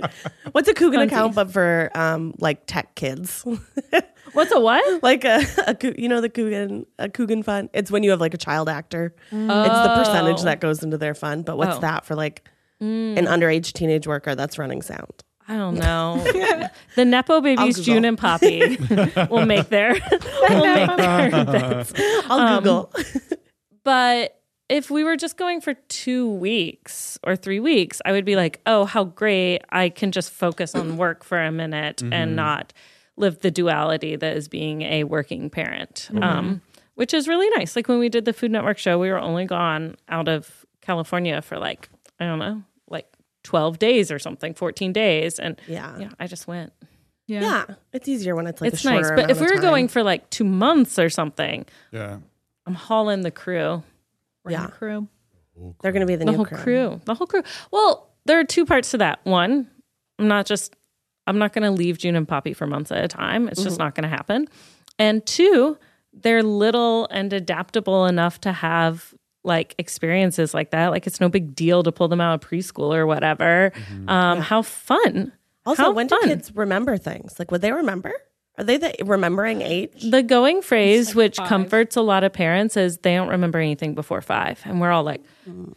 Speaker 5: fun.
Speaker 4: *laughs* What's a Coogan account
Speaker 5: Funsies.
Speaker 4: but for um, like tech kids? *laughs*
Speaker 5: What's a what?
Speaker 4: like a, a Coo- you know the Coogan a Coogan fund. It's when you have like a child actor. It's the percentage
Speaker 5: Oh.
Speaker 4: that goes into their fund. But what's
Speaker 5: Oh. Mm.
Speaker 4: that for like an underage teenage worker that's running sound?
Speaker 5: I don't
Speaker 4: *laughs*
Speaker 5: know. the Nepo babies,
Speaker 4: Google.
Speaker 5: June and Poppy,
Speaker 4: *laughs*
Speaker 5: will make their will make their bets.
Speaker 4: I'll
Speaker 5: Um,
Speaker 4: Google.
Speaker 5: But if we were just going for two weeks or three weeks, I would be like, oh, how great! I can just
Speaker 4: *clears throat*
Speaker 5: focus on work for a minute
Speaker 4: Mm-hmm.
Speaker 5: and not live the duality that is being a working parent.
Speaker 4: Mm-hmm.
Speaker 5: Um, which is really nice. Like when we did the Food Network show, we were only gone out of California for like I don't know, like twelve days or something, fourteen days, and
Speaker 4: Yeah.
Speaker 5: yeah, I just went.
Speaker 4: yeah, it's easier when it's like
Speaker 5: it's
Speaker 4: a shorter
Speaker 5: nice, but
Speaker 4: amount
Speaker 5: if we
Speaker 4: of
Speaker 5: were
Speaker 4: time.
Speaker 5: going for like two months or something,
Speaker 2: yeah.
Speaker 5: I'm hauling the crew,
Speaker 4: yeah,
Speaker 3: Crew.
Speaker 4: they're going to be the,
Speaker 5: the
Speaker 4: new
Speaker 5: whole crew. the whole crew. Well, there are two parts to that. One, I'm not just, I'm not going to leave June and Poppy for months at a time. It's
Speaker 4: Mm-hmm.
Speaker 5: just not going to happen. And two, they're little and adaptable enough to have like experiences like that. Like it's no big deal to pull them out of preschool or whatever. Um, How fun!
Speaker 4: Also,
Speaker 5: How
Speaker 4: when do
Speaker 5: fun.
Speaker 4: kids remember things? Like, would they remember? Are they the remembering age?
Speaker 5: The going phrase, which comforts a lot of parents, is they don't remember anything before five. And we're all like,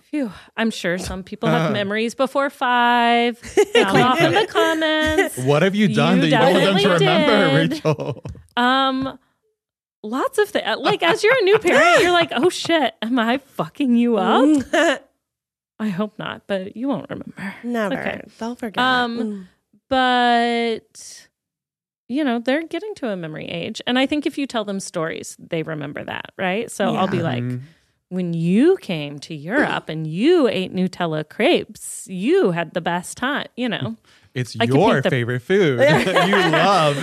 Speaker 5: phew, I'm sure some people have memories before five. Sound off in the
Speaker 2: *laughs*
Speaker 5: comments.
Speaker 2: What have you done that
Speaker 5: You
Speaker 2: you don't want them to remember,
Speaker 5: definitely did.
Speaker 2: Rachel?
Speaker 5: Um, lots of things. Like, as you're a new parent, you're like, oh shit, am I fucking you
Speaker 4: Mm-hmm.
Speaker 5: up?
Speaker 4: *laughs*
Speaker 5: I hope not, but you won't remember.
Speaker 4: Never.
Speaker 5: Okay.
Speaker 4: They'll forget.
Speaker 5: Um, but you know, they're getting to a memory age. And I think if you tell them stories, they remember that, right? So I'll be like,
Speaker 2: Mm-hmm.
Speaker 5: when you came to Europe and you ate Nutella crepes, you had the best time,
Speaker 4: *laughs*
Speaker 5: you know.
Speaker 2: It's
Speaker 5: I could
Speaker 2: your
Speaker 5: paint the-
Speaker 2: favorite
Speaker 5: *laughs*
Speaker 2: food *laughs* that you love.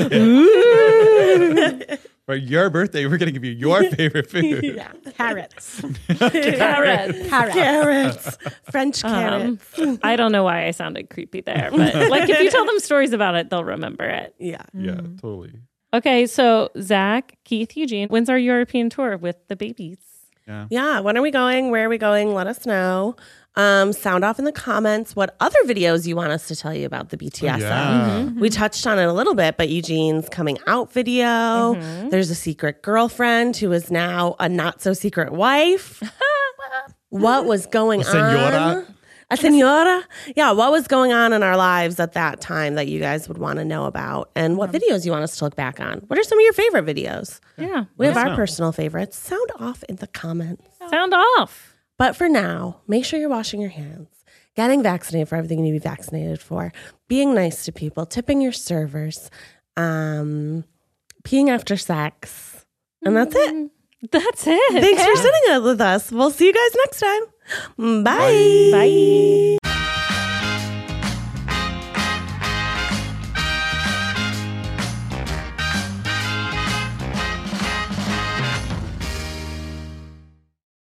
Speaker 2: *laughs* For your birthday, we're going to give you
Speaker 5: *laughs*
Speaker 2: your favorite food.
Speaker 4: Mm. Carrots.
Speaker 5: Carrots. Um,
Speaker 4: Carrots. carrots. French carrots.
Speaker 5: I don't know why I sounded creepy there, but like if you tell them stories about it, they'll remember it.
Speaker 4: yeah.
Speaker 2: Yeah, totally.
Speaker 5: Okay, so Zach, Keith, Eugene, when's our European tour with the babies?
Speaker 4: Yeah. When are we going? Where are we going? Let us know. Um, sound off in the comments what other videos you want us to tell you about the BTS. of.
Speaker 2: Oh, Yeah. Mm-hmm.
Speaker 4: We touched on it a little bit, but Eugene's coming out video.
Speaker 2: Mm-hmm.
Speaker 4: There's a secret girlfriend who is now a not so
Speaker 2: *laughs*
Speaker 4: secret wife. what was going
Speaker 2: A senora?
Speaker 4: on? A senora? Yeah, what was going on in our lives at that time that you guys would want to know about? And what videos you want us to look back on? What are some of your favorite videos?
Speaker 5: Yeah.
Speaker 4: We have
Speaker 2: us
Speaker 4: our
Speaker 2: know.
Speaker 4: personal favorites. Sound off in the comments.
Speaker 5: Sound off.
Speaker 4: But for now, make sure you're washing your hands, getting vaccinated for everything you need to be vaccinated for, being nice to people, tipping your servers, um, peeing after sex. And that's
Speaker 5: Mm-hmm.
Speaker 4: it.
Speaker 5: Mm, That's it.
Speaker 4: Thanks for sitting with us. We'll see you guys next time. Bye.
Speaker 5: Bye.